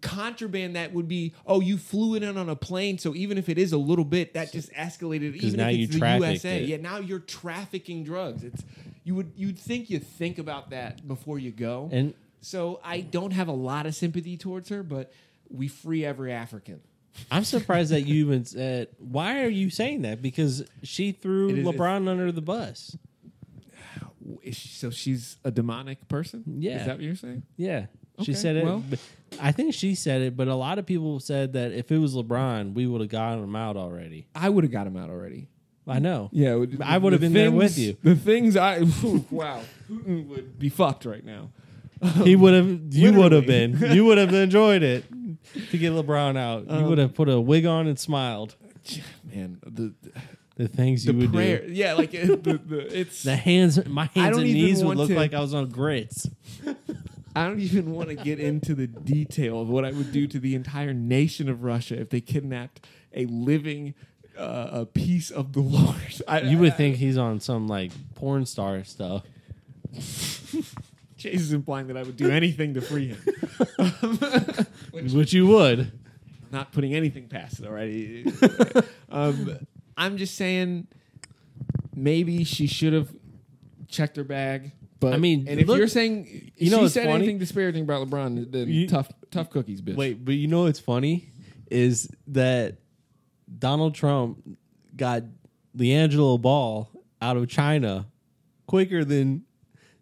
S2: contraband that would be oh you flew it in on a plane so even if it is a little bit that just escalated even
S3: now
S2: if
S3: you
S2: it's the
S3: trafficked
S2: USA
S3: it.
S2: yeah now you're trafficking drugs it's you would you'd think you think about that before you go
S3: And-
S2: so I don't have a lot of sympathy towards her but we free every African
S3: I'm surprised that you even said. Why are you saying that? Because she threw
S2: It is-
S3: LeBron under the bus.
S2: Is she- so she's a demonic person
S3: Yeah.
S2: is that what you're saying
S3: Yeah,
S2: Okay,
S3: she said it.
S2: well-
S3: but- I think she said it, but a lot of people said that if it was LeBron, we would have gotten him out already.
S2: I would have got him out already
S3: I know.
S2: Yeah, it would-
S3: I would've
S2: the
S3: been there with
S2: things-
S3: you.
S2: The things I wow, Putin would be fucked right now.
S3: He would have. You
S2: Literally.
S3: would have been. You would have enjoyed it to get LeBron out.
S2: Um,
S3: you would have put a wig on and smiled.
S2: Man, the
S3: The things
S2: the
S3: you would
S2: prayer,
S3: do.
S2: yeah, like it, the, the, it's.
S3: The hands, my hands
S2: don't
S3: and
S2: even
S3: knees would
S2: want
S3: look
S2: to-
S3: like I was on grits.
S2: I don't even want to get into the detail of what I would do to the entire nation of Russia if they kidnapped a living. Uh, a piece of the Lord. I,
S3: You would
S2: I-
S3: think he's on some like porn star stuff.
S2: Chase is implying that I would do anything to free him.
S3: Which you would.
S2: Not putting anything past it already. um, I'm just saying, maybe she should have checked her bag. But
S3: I mean,
S2: and if
S3: look-
S2: you're saying
S3: you know
S2: she
S3: what's
S2: said
S3: funny?
S2: anything disparaging about LeBron, then
S3: You-
S2: tough, tough cookies, bitch.
S3: Wait, but you know what's funny is that Donald Trump got LiAngelo Ball out of China quicker than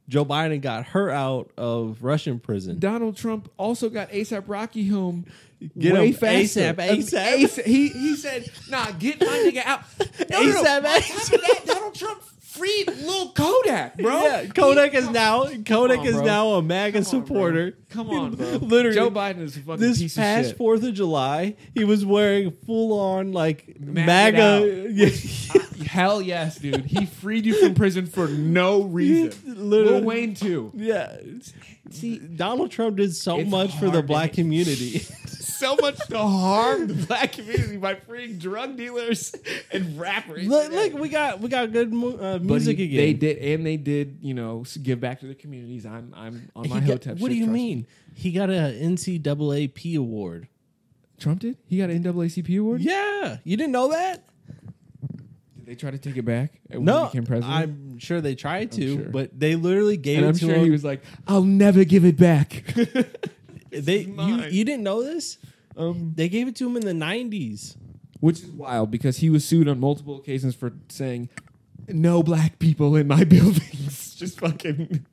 S3: Joe Biden got her out of Russian prison.
S2: Donald Trump also got ASAP Rocky home
S3: Get
S2: way
S3: him
S2: faster.
S3: ASAP,
S2: Um,
S3: ASAP.
S2: ASAP. He he said, "Nah, get my nigga out." No, no, no. On
S3: ASAP,
S2: top of that, Donald Trump freed Lil Kodak, bro.
S3: Yeah, Kodak is
S2: Come
S3: now Kodak
S2: on,
S3: is
S2: bro.
S3: now a MAGA
S2: on, bro.
S3: supporter.
S2: Come on, bro.
S3: Literally,
S2: Joe Biden is a fucking
S3: this
S2: piece
S3: past
S2: of shit.
S3: Fourth of July, he was wearing full on like
S2: Mag it
S3: MAGA. Yeah.
S2: Hell yes, dude. He freed you from prison for no reason.
S3: Literally.
S2: Lil Wayne too.
S3: yeah,
S2: See,
S3: Donald Trump did so
S2: It's
S3: much for the
S2: hard,
S3: black
S2: isn't it?
S3: community.
S2: so much to harm the black community by freeing drug dealers and rappers.
S3: look, look, we got we got good mu- uh,
S2: But
S3: music
S2: he-
S3: again.
S2: They did, and they did. You know, s- give back to the communities. I'm, I'm on
S3: He
S2: my
S3: got-
S2: Hotep.
S3: what
S2: shit,
S3: do you
S2: trust me.
S3: mean? He got a NCAAP award.
S2: Trump did? He got an NAACP award.
S3: Yeah, you didn't know that?
S2: Did they try to take it back? When he
S3: No,
S2: became president.
S3: I'm sure they tried to,
S2: sure.
S3: but they literally gave
S2: and
S3: it
S2: I'm
S3: to
S2: sure
S3: him.
S2: he was like, "I'll never give it back."
S3: they you,
S2: mine.
S3: you didn't know this?
S2: Um,
S3: they gave it to him in the '90s.
S2: Which is wild because he was sued on multiple occasions for saying, "No black people in my buildings." Just fucking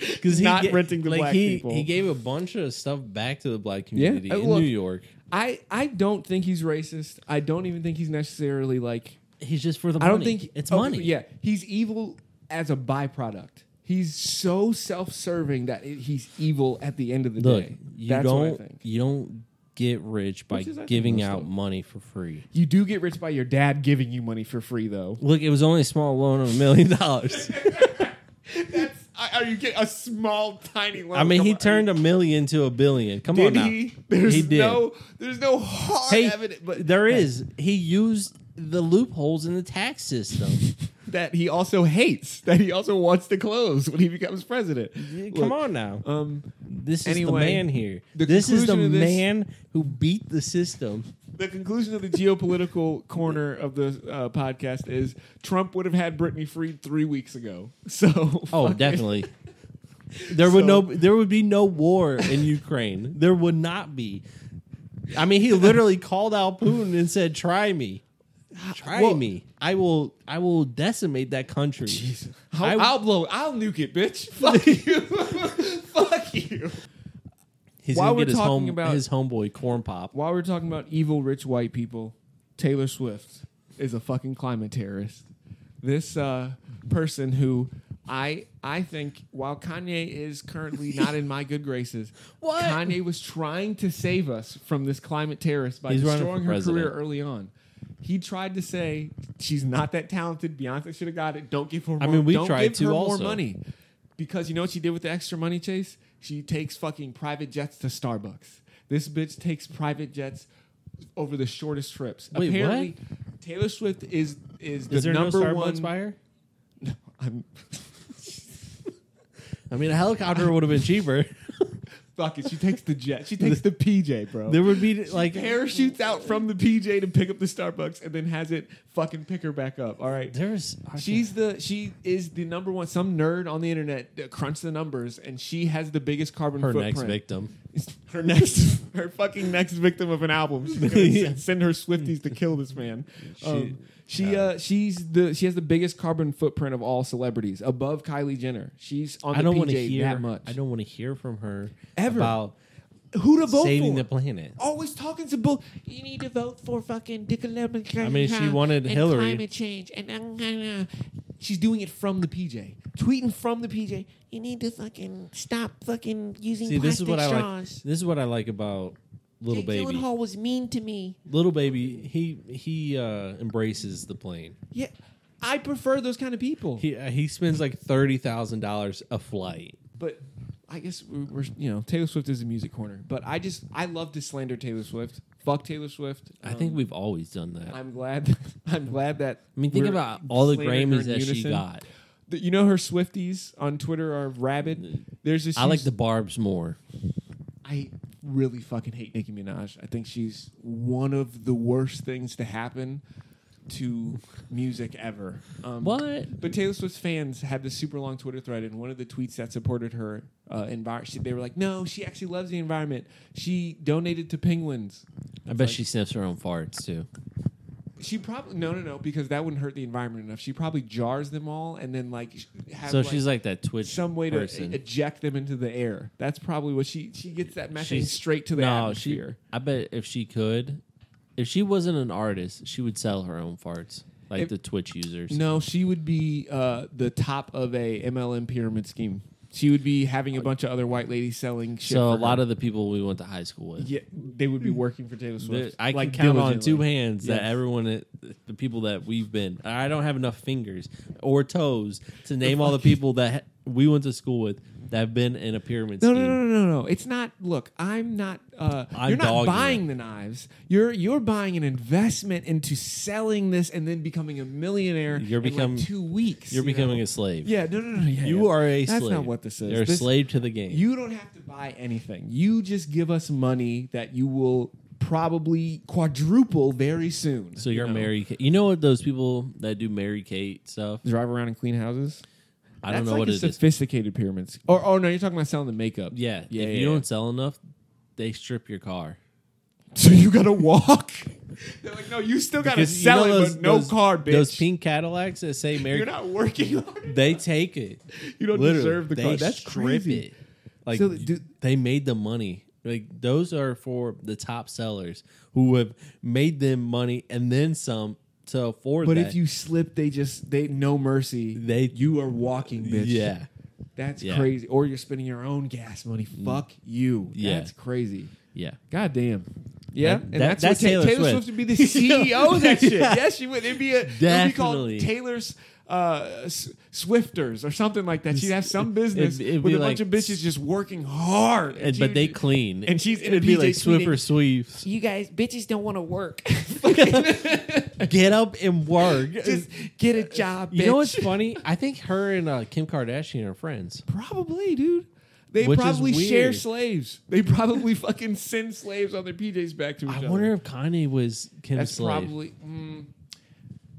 S2: because
S3: he
S2: not
S3: ga-
S2: renting the
S3: like,
S2: black
S3: he,
S2: people.
S3: He gave a bunch of stuff back to the black
S2: Yeah,
S3: community
S2: uh,
S3: in
S2: look.
S3: New York.
S2: I I don't think he's racist. I don't even think he's necessarily like.
S3: He's just for the.
S2: I don't
S3: money.
S2: think
S3: it's
S2: okay,
S3: money.
S2: Yeah, he's evil as a byproduct. He's so self-serving that it- he's evil at the end of the
S3: Look,
S2: day.
S3: you
S2: That's
S3: don't.
S2: what I think.
S3: You don't get rich by
S2: Which is, I think,
S3: giving
S2: most
S3: out
S2: of-
S3: money for free.
S2: You do get rich by your dad giving you money for free, though.
S3: Look, it was only a small loan of a million dollars.
S2: That's are you get a small, tiny loan?
S3: I mean, he turned a million to a billion. Come on
S2: Did
S3: now.
S2: he? There's
S3: he did.
S2: no. There's no hard
S3: hey,
S2: evidence, but
S3: there is. He used the loopholes in the tax system.
S2: that he also hates. That he also wants to close when he becomes president.
S3: Come
S2: Look,
S3: on now.
S2: Um,
S3: This is the
S2: Anyway,
S3: man here.
S2: the
S3: this is the
S2: conclusion of this-
S3: man who beat the system.
S2: the conclusion of the geopolitical corner of the uh, podcast is Trump would have had Britney freed three weeks ago. So
S3: Oh,
S2: fuck it.
S3: definitely. There would
S2: So-
S3: no there would be no war in Ukraine. there would not be. I mean, he literally called out Putin and said, "Try me. Try
S2: Well-
S3: me. I will I will decimate that country."
S2: I'll,
S3: I-
S2: I'll blow. I'll nuke it, bitch. Fuck you. Fuck you.
S3: He's
S2: While
S3: going to
S2: we're
S3: get his
S2: talking
S3: home
S2: about-
S3: his homeboy Corn Pop.
S2: While we're talking about evil rich white people, Taylor Swift is a fucking climate terrorist. This uh, person who I I think while Kanye is currently not in my good graces,
S3: What?
S2: Kanye was trying to save us from this climate terrorist by
S3: He's running for
S2: destroying her
S3: president.
S2: career early on. He tried to say she's not that talented. Beyonce should have got it. Don't give her. More,
S3: I mean, we
S2: don't
S3: tried
S2: give
S3: to
S2: her
S3: also.
S2: more money because you know what she did with the extra money, Chase? She takes fucking private jets to Starbucks. This bitch takes private jets over the shortest trips.
S3: Wait, what?
S2: Apparently, Taylor Swift is is the
S3: Is there
S2: number
S3: no Starbucks
S2: one.
S3: by her?
S2: I'm
S3: I mean, a helicopter would have been cheaper.
S2: fuck it. She takes the jet. She takes the PJ, bro.
S3: there would be like
S2: Parachutes out from the PJ to pick up the Starbucks and then has it fucking pick her back up. All right.
S3: there's
S2: She's the she is the number one. Some nerd on the internet that crunched the numbers, and she has the biggest carbon
S3: her
S2: footprint.
S3: next victim.
S2: her next her fucking next victim of an album. She's gonna send, send her Swifties to kill this man. Um, she uh, she's the she has the biggest carbon footprint of all celebrities, above Kylie Jenner. She's on the
S3: I don't want to
S2: PJ
S3: hear
S2: that much.
S3: I don't want to hear from her
S2: Ever.
S3: about
S2: Who to vote
S3: saving
S2: for?
S3: the planet.
S2: Always talking to bull. You need to vote for fucking Dick Lemon.
S3: I mean, she wanted
S2: and
S3: Hillary.
S2: Climate change and uh, she's doing it from the PJ, tweeting from the PJ. You need to fucking stop fucking using
S3: See,
S2: plastic
S3: this is what
S2: straws.
S3: I like. This is what I like about little
S2: Jake
S3: baby.
S2: Gyllenhaal was mean to me.
S3: Little baby, he he uh, embraces the plane.
S2: Yeah, I prefer those kind of people.
S3: He uh, he spends like thirty thousand dollars a flight.
S2: but I guess we're, we're you know Taylor Swift is a music corner. But I just I love to slander Taylor Swift. Fuck Taylor Swift. Um,
S3: I think we've always done that. I
S2: I'm glad. I'm glad that.
S3: mean, think
S2: we're
S3: about all the
S2: slandering her
S3: Grammys
S2: in
S3: that she
S2: unison.
S3: got.
S2: The- you know her Swifties on Twitter are rabid. There's this.
S3: I like
S2: huge-
S3: the Barb's more.
S2: I really fucking hate Nicki Minaj. I think she's one of the worst things to happen to music ever. Um,
S3: What?
S2: But Taylor Swift's fans had this super long Twitter thread, and one of the tweets that supported her uh, environment, they were like, "No, she actually loves the environment. She donated to penguins."
S3: I bet
S2: like-
S3: she sniffs her own farts too.
S2: She probably no no no because that wouldn't hurt the environment enough. She probably jars them all and then like sh- has
S3: so
S2: like,
S3: she's like that Twitch
S2: some way
S3: person.
S2: to e-, eject them into the air. That's probably what she she gets that message
S3: She's-
S2: straight to the atmosphere.
S3: She, I bet if she could, if she wasn't an artist, she would sell her own farts like
S2: If-
S3: the Twitch users.
S2: no, she would be uh, the top of a MLM pyramid scheme. She would be having a bunch of other white ladies selling shit.
S3: so a
S2: for
S3: lot
S2: her.
S3: of the people we went to high school with.
S2: yeah, they would be working for Taylor
S3: Hmm. There-
S2: Swift.
S3: I can
S2: like,
S3: count on
S2: diligently.
S3: two hands that
S2: Yes.
S3: everyone, that- the people that we've been. I don't have enough fingers or toes to name all the people that ha- we went to school with that have been in a pyramid
S2: No,
S3: scheme.
S2: no, no, no, no, no. It's not. Look, I'm not. Uh,
S3: I'm
S2: you're not
S3: dogging
S2: buying
S3: it.
S2: the knives. You're you're buying an investment into selling this and then becoming a millionaire.
S3: You're
S2: in, like,
S3: become-
S2: two weeks.
S3: You're
S2: you know?
S3: becoming a slave.
S2: Yeah, no, no, no. yeah,
S3: You
S2: yeah.
S3: are a
S2: That's
S3: slave.
S2: not what this is.
S3: You're
S2: This-
S3: a slave to the game.
S2: You don't have to buy anything. You just give us money that you will probably quadruple very soon.
S3: so you're
S2: you know?
S3: Mary Kate. You know what those people that do Mary Kate stuff?
S2: Drive around and clean houses.
S3: I don't
S2: That's
S3: know
S2: like
S3: what
S2: a
S3: it is.
S2: sophisticated pyramids. Or oh no, you're talking about selling the makeup.
S3: Yeah,
S2: yeah.
S3: if
S2: yeah,
S3: you
S2: yeah.
S3: don't sell enough, they strip your car.
S2: So you gotta walk. They're like, no, you still gotta
S3: Because you
S2: sell
S3: know
S2: it,
S3: those-
S2: but no
S3: those-
S2: car, bitch.
S3: Those pink Cadillacs that say
S2: You're
S3: Mary,
S2: not working hard. enough.
S3: they take it.
S2: You don't
S3: Literally,
S2: deserve the
S3: they
S2: car. That's
S3: strip
S2: crazy.
S3: it. Like
S2: So, dude-
S3: they made the money. Like those are for the top sellers who have made them money and then some to afford.
S2: But
S3: that.
S2: if you slip, they just they no mercy.
S3: They-
S2: you are walking, bitch.
S3: yeah,
S2: that's
S3: Yeah. Mm.
S2: crazy. Or you're spending your own gas money. Fuck you.
S3: Yeah.
S2: that's crazy.
S3: yeah.
S2: God damn. Yeah, and
S3: that-
S2: that's,
S3: that's
S2: what Ta-
S3: Taylor
S2: Taylor,
S3: Swift.
S2: Swift. would be the CEO of that shit.
S3: Yeah.
S2: Yes, she would. It'd be a it'd be
S3: Definitely.
S2: called Taylor's uh, S- Swifters or something like that. She'd have some business
S3: It'd- it'd
S2: with
S3: be
S2: a bunch
S3: like-
S2: of bitches just working hard,
S3: And,
S2: she
S3: but
S2: would
S3: they
S2: just-
S3: clean,
S2: and she's in a
S3: it'd be
S2: PJ
S3: like
S2: cleaning.
S3: Swiffer Sweeps.
S2: You guys, bitches don't want to work.
S3: Get up and work.
S2: Just uh, get a job.
S3: you know what's
S2: bitch.
S3: funny? I think her and uh, Kim Kardashian are friends.
S2: Probably, dude. They
S3: Which is
S2: probably share
S3: weird.
S2: slaves. They probably fucking send slaves on their PJs back to each other.
S3: I wonder if Kanye was Kim's
S2: That's
S3: slave.
S2: probably. Mm,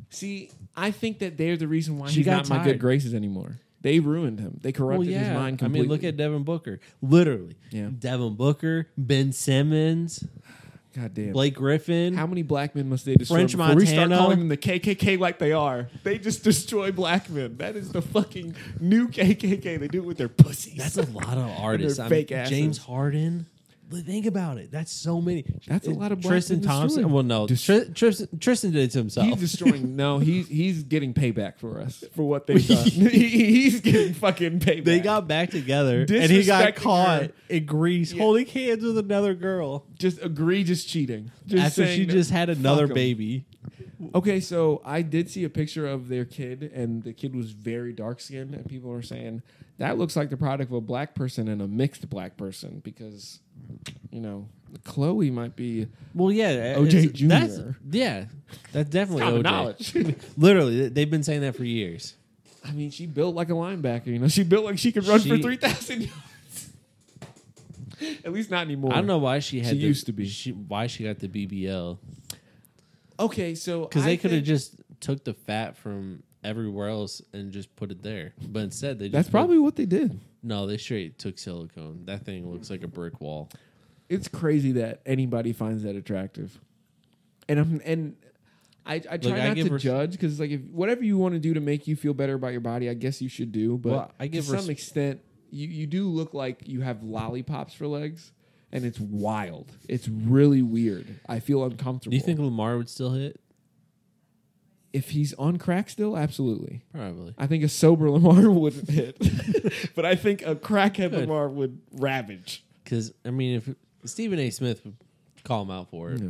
S2: see, I think that they're the reason why
S3: She
S2: he's not
S3: got
S2: my
S3: tired.
S2: good graces anymore. They ruined him. They corrupted
S3: well, yeah.
S2: his mind completely.
S3: I mean, look at Devin Booker. Literally,
S2: Yeah.
S3: Devin Booker, Ben Simmons,
S2: God damn.
S3: Blake Griffin.
S2: How many black men must they destroy
S3: French
S2: before we start
S3: Montana.
S2: calling them the KKK like they are? They just destroy black men. That is the fucking new KKK. They do it with their pussies.
S3: that's a lot of artists. I mean,
S2: fake asses.
S3: James Harden. But Think about it. That's so many.
S2: That's a lot of black
S3: Tristan
S2: people destroyed.
S3: Thompson. Well, no,
S2: Dest-
S3: Tri- Tristan, Tristan did it to himself.
S2: He's destroying. no, he's he's getting payback for us for what they've done. He- he's getting fucking payback.
S3: they got back together, and he got
S2: Disrespecting
S3: caught
S2: her.
S3: in Greece
S2: Yeah.
S3: holding hands with another girl
S2: just egregious cheating. Just
S3: after she
S2: saying that-
S3: just had another
S2: Fuck 'em.
S3: baby.
S2: Okay, so I did see a picture of their kid, and the kid was very dark skinned, and people were saying that looks like the product of a black person and a mixed black person because, you know, Chloe might be
S3: Well, yeah,
S2: OJ
S3: it's- That's,
S2: Jr..
S3: yeah, that's definitely
S2: common
S3: OJ.
S2: knowledge.
S3: Literally, th- they've been saying that for years.
S2: I mean, she built like a linebacker. You know, she built like she could run for
S3: She-
S2: three thousand yards. At least not anymore.
S3: I don't know why she had.
S2: She
S3: the-
S2: used to be.
S3: She, why she got the BBL?
S2: Okay, so
S3: Because
S2: I
S3: they could have
S2: think-
S3: just took the fat from everywhere else and just put it there. But instead, they just
S2: That's
S3: put-
S2: probably what they did.
S3: no. They straight took silicone. That thing looks like a brick wall.
S2: It's crazy that anybody finds that attractive, and I'm and I, I try
S3: Look, I
S2: not
S3: give
S2: to
S3: res-
S2: judge because like if whatever you want to do to make you feel better about your body, I guess you should do. But
S3: Well, I give
S2: to some
S3: res-
S2: extent, you you do look like you have lollipops for legs, and it's wild. It's really weird. I feel uncomfortable.
S3: Do you think Lamar would still hit?
S2: if he's on crack still? Absolutely.
S3: Probably.
S2: I think a sober Lamar wouldn't hit, but I think a crackhead
S3: Good.
S2: Lamar would ravage.
S3: Because I mean, if Stephen A. Smith would call him out for it,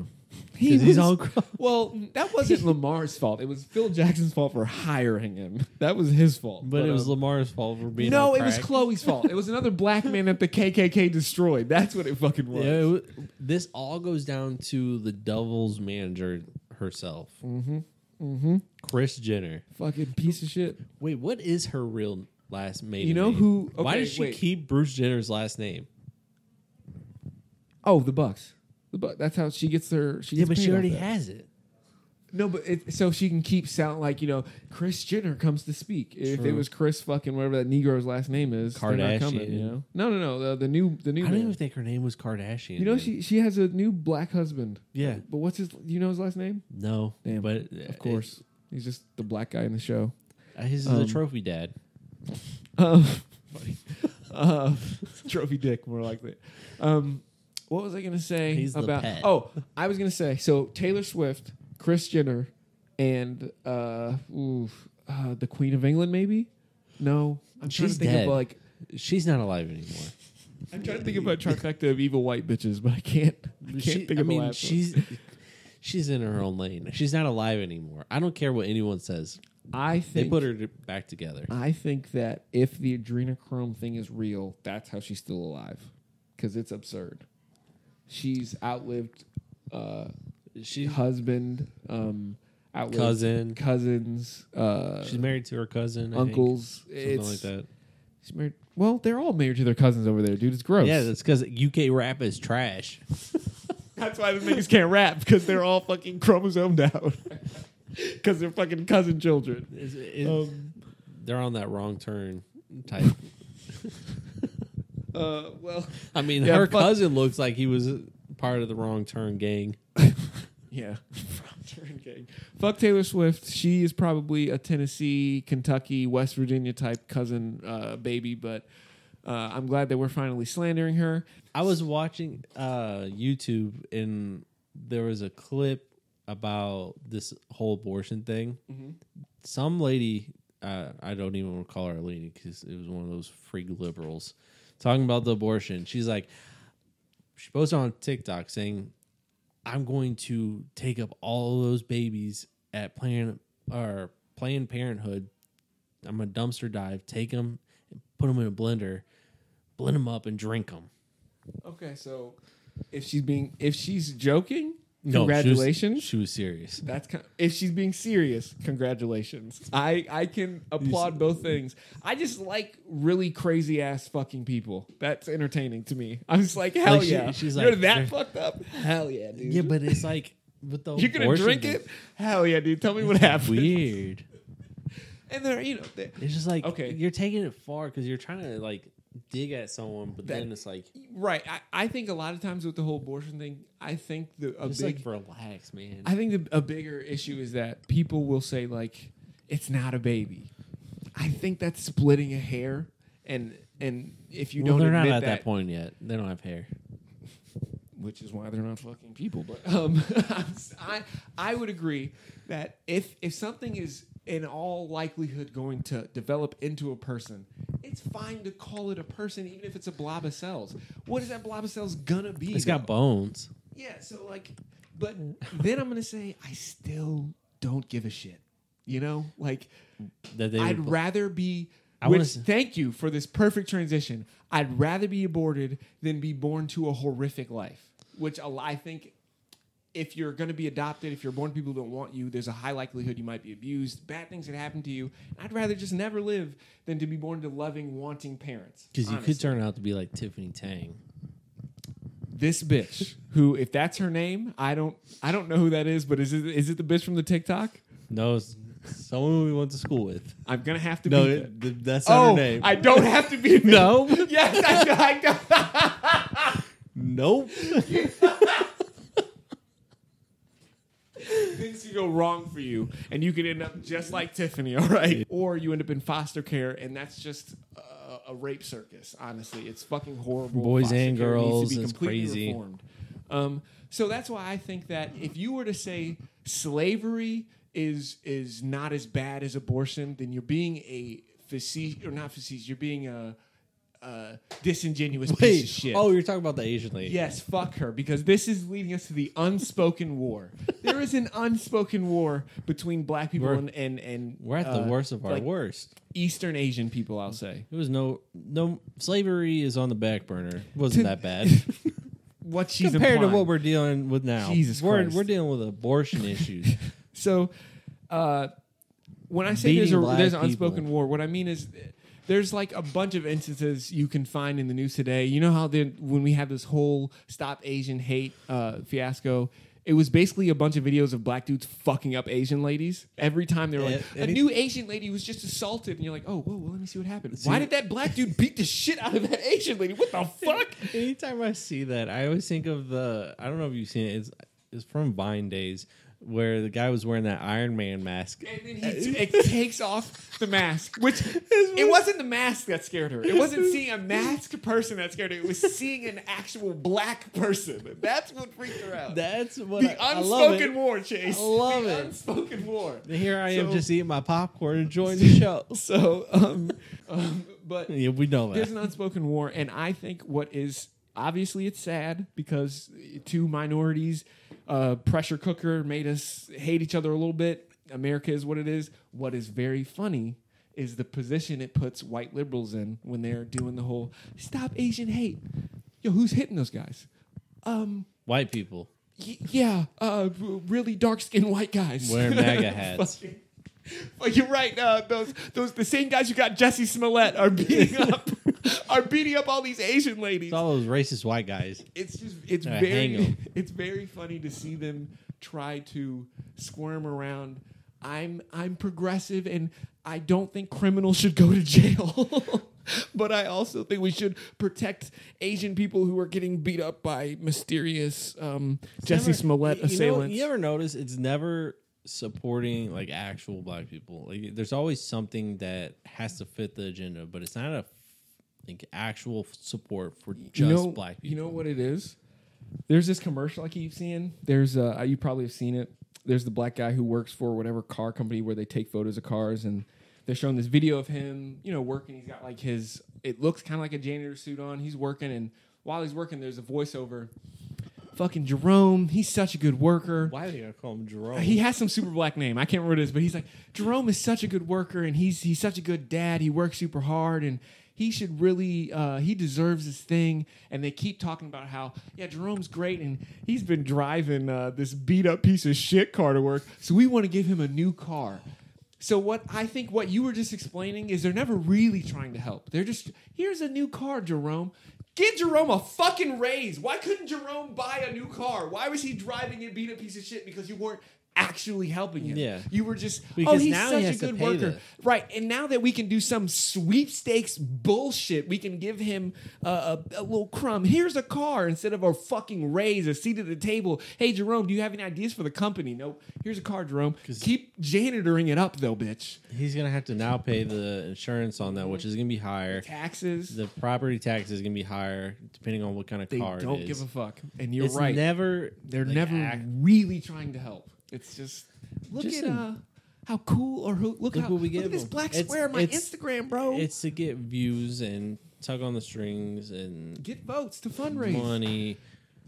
S2: He
S3: because
S2: was-
S3: he's on. crack.
S2: Well, that wasn't Lamar's fault. It was Phil Jackson's fault for hiring him. That was his fault.
S3: But it was
S2: um,
S3: Lamar's fault for being.
S2: no,
S3: on
S2: it was
S3: crack.
S2: Chloe's fault. It was another black man that the KKK destroyed. That's what it fucking was.
S3: Yeah, it w- this all goes down to the Devil's manager herself,
S2: Mm-hmm.
S3: Chris Jenner.
S2: Fucking piece of shit.
S3: Wait, what is her real last maiden name?
S2: You know who? Okay,
S3: Why does she
S2: wait.
S3: keep Bruce Jenner's last name?
S2: Oh, the Bucks. The Bucks. That's how she gets her. She gets paid off that.
S3: has it.
S2: No, but it, so she can keep sounding like you know Chris Jenner comes to speak. If it
S3: True.
S2: was Chris fucking whatever that Negro's last name is, they're not coming. You
S3: Kardashian.
S2: know? No, no, no. The, the new, the new.
S3: I don't
S2: man.
S3: even think her name was Kardashian.
S2: you know
S3: man.
S2: she she has a new black husband.
S3: Yeah.
S2: But what's his? You know his last name?
S3: No.
S2: Damn.
S3: But
S2: Of course, he's just the black guy in the show.
S3: It, his is
S2: Um,
S3: a trophy dad.
S2: Um, uh, trophy dick, more likely. Um, what was I gonna say
S3: He's the
S2: about?
S3: pet.
S2: Oh, I was gonna say so. Taylor Swift, Chris Jenner, and uh, ooh, uh, the Queen of England, maybe. No, I'm trying
S3: She's
S2: to think
S3: dead.
S2: of like
S3: She's not alive anymore.
S2: I'm trying to think about trifecta of evil white bitches, but I can't. I can't
S3: She-
S2: think of the
S3: I mean,
S2: last one.
S3: she's she's in her own lane. She's not alive anymore. I don't care what anyone says.
S2: I
S3: They
S2: think
S3: put her to- back together.
S2: I think that if the adrenochrome thing is real, that's how she's still alive because it's absurd. She's outlived uh,
S3: She
S2: husband, um, outlived
S3: cousin.
S2: cousins, uh,
S3: She's married to her cousin. I think.
S2: uncles.
S3: Something
S2: It's,
S3: like that.
S2: She's married. Well, they're all married to their cousins over there, dude. It's gross.
S3: Yeah, that's because UK rap is trash.
S2: That's why the niggas can't rap because they're all fucking chromosomed out because they're fucking cousin children.
S3: It's- it's- Um, they're on that wrong turn type.
S2: Uh, well,
S3: I mean,
S2: Yeah,
S3: her
S2: fuck-
S3: cousin looks like he was part of the wrong turn gang.
S2: Yeah. From Turn Gang. Fuck Taylor Swift. She is probably a Tennessee, Kentucky, West Virginia type cousin uh, baby, but uh, I'm glad that we're finally slandering her.
S3: I was watching uh, YouTube and there was a clip about this whole abortion thing. Some lady, uh, I don't even want to call her a lady because it was one of those freak liberals, talking about the abortion. She's like, she posted on TikTok saying, "I'm going to take up all those babies at Planned or Planned Parenthood. I'm a dumpster dive, take them, put them in a blender, blend them up, and drink them."
S2: Okay, so if she's being if she's joking,
S3: No, she was-
S2: congratulations.
S3: She was, serious.
S2: That's kind if she's being serious, congratulations. I I can applaud both things. I just like really crazy ass fucking people. That's entertaining to me. I'm just like hell
S3: Like, she-
S2: yeah.
S3: she's
S2: You're
S3: like-
S2: that fucked up. Hell yeah, dude.
S3: Yeah, but it's like with the
S2: You're gonna
S3: abortion
S2: drink
S3: thing,
S2: it? Hell yeah, dude. Tell me what happened.
S3: Weird.
S2: And they're you know they-
S3: It's just like
S2: Okay.
S3: okay, you're taking it far because you're trying to like dig at someone, but
S2: That-
S3: then it's like
S2: right. I, I think a lot of times with the whole abortion thing, I think the a
S3: just
S2: big
S3: like relax, man.
S2: I think the, a bigger issue is that people will say like it's not a baby. I think that's splitting a hair, and and if you
S3: well,
S2: don't
S3: they're
S2: admit
S3: not at that,
S2: that,
S3: point yet. They don't have hair.
S2: which is why they're not fucking people. But um, I I would agree that if if something is in all likelihood going to develop into a person, it's fine to call it a person, even if it's a blob of cells. What is that blob of cells gonna be?
S3: It's got
S2: though?
S3: bones.
S2: Yeah, so like, but then I'm gonna say I still don't give a shit. You know, like
S3: That they
S2: I'd
S3: would-
S2: rather be.
S3: I wanna
S2: which
S3: s-
S2: thank you for this perfect transition. I'd rather be aborted than be born to a horrific life, which a- I think. If you're going to be adopted, if you're born to people who don't want you, there's a high likelihood you might be abused. Bad things could happen to you. I'd rather just never live than to be born to loving, wanting parents.
S3: because you
S2: honestly
S3: could turn out to be like Tiffany Tang.
S2: this bitch who if that's her name i don't i don't know who that is but is it is it the bitch from the tiktok
S3: No, it's someone we went to school with.
S2: i'm gonna have to
S3: No,
S2: be
S3: it- th- that's not
S2: oh
S3: her name.
S2: i don't have to be
S3: No.
S2: yes i, I know.
S3: nope.
S2: things can go wrong for you and you could end up just like tiffany all right or you end up in foster care and that's just uh, a rape circus honestly it's fucking horrible
S3: Boys
S2: Foster
S3: and
S2: care needs to
S3: girls,
S2: be
S3: it's
S2: completely
S3: crazy.
S2: reformed. um, so that's why i think that if you were to say slavery is is not as bad as abortion then you're being a facetious or not facetious you're being a, a disingenuous piece of shit
S3: Oh, you're talking about the Asian lady.
S2: Yes, fuck her, because this is leading us to the unspoken war. There is an unspoken war between black people
S3: We're-
S2: and, and and
S3: We're at the
S2: uh,
S3: worst of our
S2: like,
S3: worst.
S2: Eastern Asian people, I'll say.
S3: It was no no slavery is on the back burner. It wasn't that bad
S2: What she's
S3: compared to
S2: implying.
S3: what we're dealing with now.
S2: Jesus
S3: we're
S2: Christ.
S3: we're dealing with abortion issues.
S2: So, uh, when I say there's, a,
S3: Beating black
S2: there's an unspoken
S3: people.
S2: war, what I mean is there's like a bunch of instances you can find in the news today. You know how the, when we had this whole stop Asian hate uh, fiasco, It was basically a bunch of videos of black dudes fucking up Asian ladies. Every time they were like,
S5: Yeah,
S2: a
S5: any-
S2: new Asian lady was just assaulted, and you're like, oh, whoa, well, let me see what happened.
S5: See-
S2: Why did that black dude beat the shit out of that Asian lady? What the fuck?
S3: Anytime I see that, I always think of the. I don't know if you've seen it. It's, it's from Vine days where the guy was wearing that Iron Man mask.
S2: And then he t- it takes off the mask, which it wasn't the mask that scared her. It wasn't seeing a masked person that scared her. It was seeing an actual black person. That's what freaked her out.
S3: That's what
S2: the
S3: I, I love
S2: unspoken
S3: it.
S2: war, Chase.
S3: I love
S2: the
S3: it.
S2: Unspoken war.
S3: Here I am
S2: So-
S3: just eating my popcorn, enjoying the show.
S2: So, um, um, but
S3: yeah, we know
S2: there's
S3: that.
S2: an unspoken war, and I think what is obviously it's sad because two minorities, uh, pressure cooker made us hate each other a little bit. America is what it is. What is very funny is the position it puts white liberals in when they're doing the whole stop Asian hate. Yo, who's hitting those guys? Um,
S3: White people
S2: y- yeah, uh, r- really dark skinned white guys
S3: wearing MAGA hats.
S2: Fucking- Oh, you're right. Uh, those those the same guys who got Jesse Smollett are beating up are beating up all these Asian ladies.
S3: It's all those racist white guys.
S2: It's just it's
S3: All right, hang
S2: very
S3: 'em.
S2: it's very funny to see them try to squirm around. I'm I'm progressive and I don't think criminals should go to jail. but I also think we should protect Asian people who are getting beat up by mysterious um, Jesse
S3: never-
S2: Smollett
S3: you know-
S2: assailants.
S3: you ever notice it's never supporting like actual black people. Like there's always something that has to fit the agenda, but it's not a like actual support for just
S2: you know,
S3: black people.
S2: You know what it is? There's this commercial I keep seeing. There's uh you probably have seen it. There's the black guy who works for whatever car company where they take photos of cars and they're showing this video of him, you know, working. He's got like his it looks kind of like a janitor suit on. He's working and while he's working there's a voiceover. Fucking Jerome, he's such a good worker.
S3: Why are they gonna call him Jerome?
S2: He has some super black name. I can't remember what it is, but he's like Jerome is such a good worker and he's he's such a good dad. He works super hard and he should really uh, he deserves his thing. And they keep talking about how yeah Jerome's great and he's been driving uh, this beat up piece of shit car to work. So we want to give him a new car. So what I think what you were just explaining is they're never really trying to help. They're just here's a new car, Jerome. Give Jerome a fucking raise. Why couldn't Jerome buy a new car? Why was he driving and being a piece of shit because you weren't actually helping him?
S3: Yeah.
S2: You were just oh
S3: Because
S2: he's
S3: now he
S2: such a
S3: has to
S2: good
S3: pay
S2: worker.
S3: the-
S2: Right. And now that we can do some sweepstakes bullshit, we can give him uh, a, a little crumb. Here's a car instead of a fucking raise, a seat at the table. Hey, Jerome, do you have any ideas for the company? Nope. Here's a car, Jerome. Keep janitoring it up, though, bitch.
S3: He's gonna have to now pay the insurance on that, which is gonna be higher.
S2: Taxes.
S3: The property tax is gonna be higher depending on what kind of
S2: they
S3: car.
S2: don't
S3: it
S2: give
S3: is.
S2: a fuck. And you're
S3: it's
S2: right.
S3: Never.
S2: They're
S3: like,
S2: never
S3: act-
S2: really trying to help. It's just look
S3: Just
S2: at
S3: in-
S2: uh, how cool or who, look,
S3: Look
S2: how
S3: what we
S2: look
S3: give
S2: at this
S3: them.
S2: black
S3: It's-
S2: square on my
S3: it's-
S2: Instagram, bro.
S3: It's to get views and tug on the strings and
S2: Get votes to fundraise.
S3: money.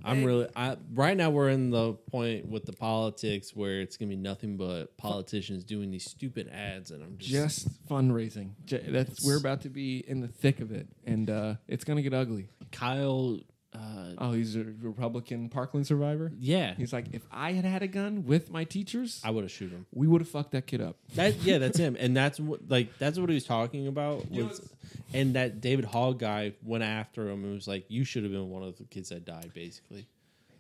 S3: I'm really I right now we're in the point with the politics where it's gonna be nothing but politicians doing these stupid ads and I'm just,
S2: just fundraising. J- That's we're about to be in the thick of it, and uh, it's gonna get ugly.
S3: Kyle uh
S2: Oh, he's a Republican Parkland survivor.
S3: yeah.
S2: He's like, if I had had a gun with my teachers,
S3: I would have shoot him.
S2: we would have fucked that kid up.
S3: That yeah, that's him. And that's what like that's what he was talking about
S2: You know,
S3: was and that David Hall guy went after him and was like, You should have been one of the kids that died, basically.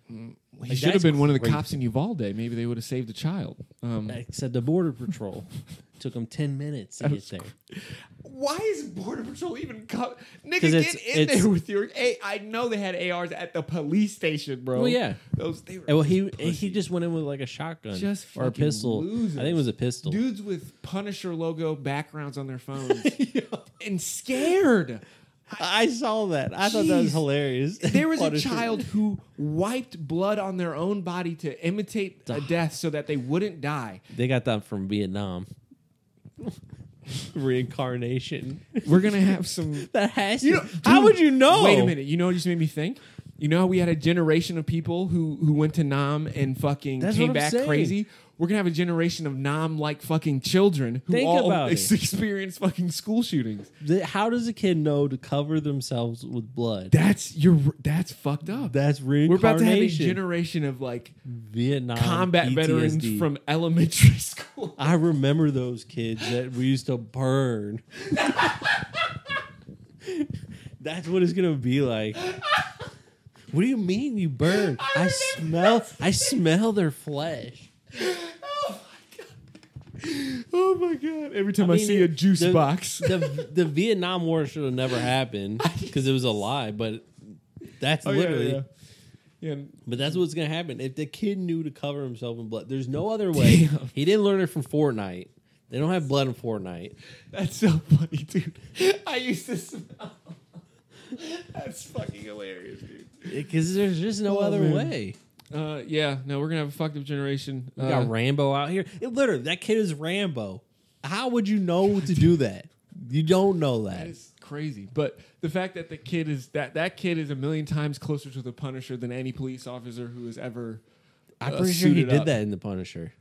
S2: He
S3: Like,
S2: should have
S3: that's
S2: been one of the
S3: crazy.
S2: cops in Uvalde. Maybe they would have saved a child. Um,
S3: Except the border patrol. Took him ten minutes to get there.
S2: Why is Border Patrol even come? Nigga,
S3: 'Cause
S2: get
S3: it's-
S2: in
S3: it's-
S2: there with your. Hey, I know they had ARs at the police station, bro.
S3: Well, yeah.
S2: those they were
S3: And well he
S2: pussy.
S3: he just went in with like a shotgun
S2: Just
S3: or a
S2: fucking
S3: pistol. I think it was a pistol.
S2: dudes with Punisher logo backgrounds on their phones and scared.
S3: I saw that. I thought that
S2: Jeez.
S3: was hilarious.
S2: There was a
S3: Punisher.
S2: child who wiped blood on their own body to imitate a death so that they wouldn't die.
S3: They got that from Vietnam. Reincarnation.
S2: We're gonna have some.
S3: That has
S2: You
S3: to.
S2: know,
S3: how
S2: dude,
S3: would you know?
S2: Wait a minute. You know what just made me think? You know how we had a generation of people who who went to Nam and fucking
S3: That's
S2: came
S3: what I'm
S2: back
S3: saying.
S2: crazy. We're gonna have a generation of Nam like fucking children who
S3: Think
S2: all
S3: about it.
S2: experience fucking school shootings.
S3: Th- How does a kid know to cover themselves with blood?
S2: That's your. That's fucked up.
S3: That's reincarnation.
S2: We're about to have a generation of like
S3: Vietnam
S2: combat
S3: PTSD.
S2: veterans from elementary school.
S3: I remember those kids that we used to burn. That's what it's gonna be like. What do you mean you burn? I smell. I smell their flesh.
S2: Oh my god! Every time I,
S3: mean,
S2: see a juice
S3: the-
S2: box,
S3: The the Vietnam War should have never happened because it was a lie. But that's
S2: Oh, yeah,
S3: literally.
S2: yeah, yeah. Yeah,
S3: But that's what's gonna happen if the kid knew to cover himself in blood. There's no other way.
S2: Damn.
S3: He didn't learn it from Fortnite. They don't have blood in Fortnite.
S2: That's so funny, dude. I used to smell. That's fucking hilarious, dude.
S3: Because there's just no
S2: Oh,
S3: other
S2: man.
S3: way.
S2: Uh, yeah, no, we're gonna have a fucked up generation.
S3: We got
S2: Uh,
S3: Rambo out here. It, literally, that kid is Rambo. How would you know to do that? You don't know
S2: that
S3: that.
S2: is crazy. But the fact that the kid is that that kid is a million times closer to the Punisher than any police officer who has ever.
S3: I'm
S2: uh,
S3: pretty sure he
S2: suited
S3: did
S2: up.
S3: that in The Punisher.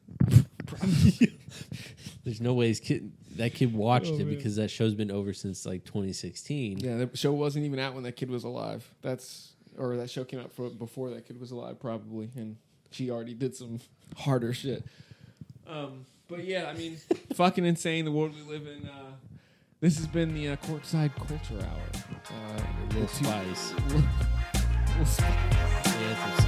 S3: There's no way his kid that kid watched
S2: Oh,
S3: it
S2: man.
S3: because that show's been over since like 2016.
S2: Yeah, the show wasn't even out when that kid was alive. That's or that show came out for, before that kid was alive, probably, and she already did some harder shit. Um, but yeah, I mean, fucking insane. The world we live in. Uh, this has been the uh, courtside culture hour. Uh,
S3: Little
S2: two-
S3: spice.
S2: we'll- we'll-
S3: Yeah, that's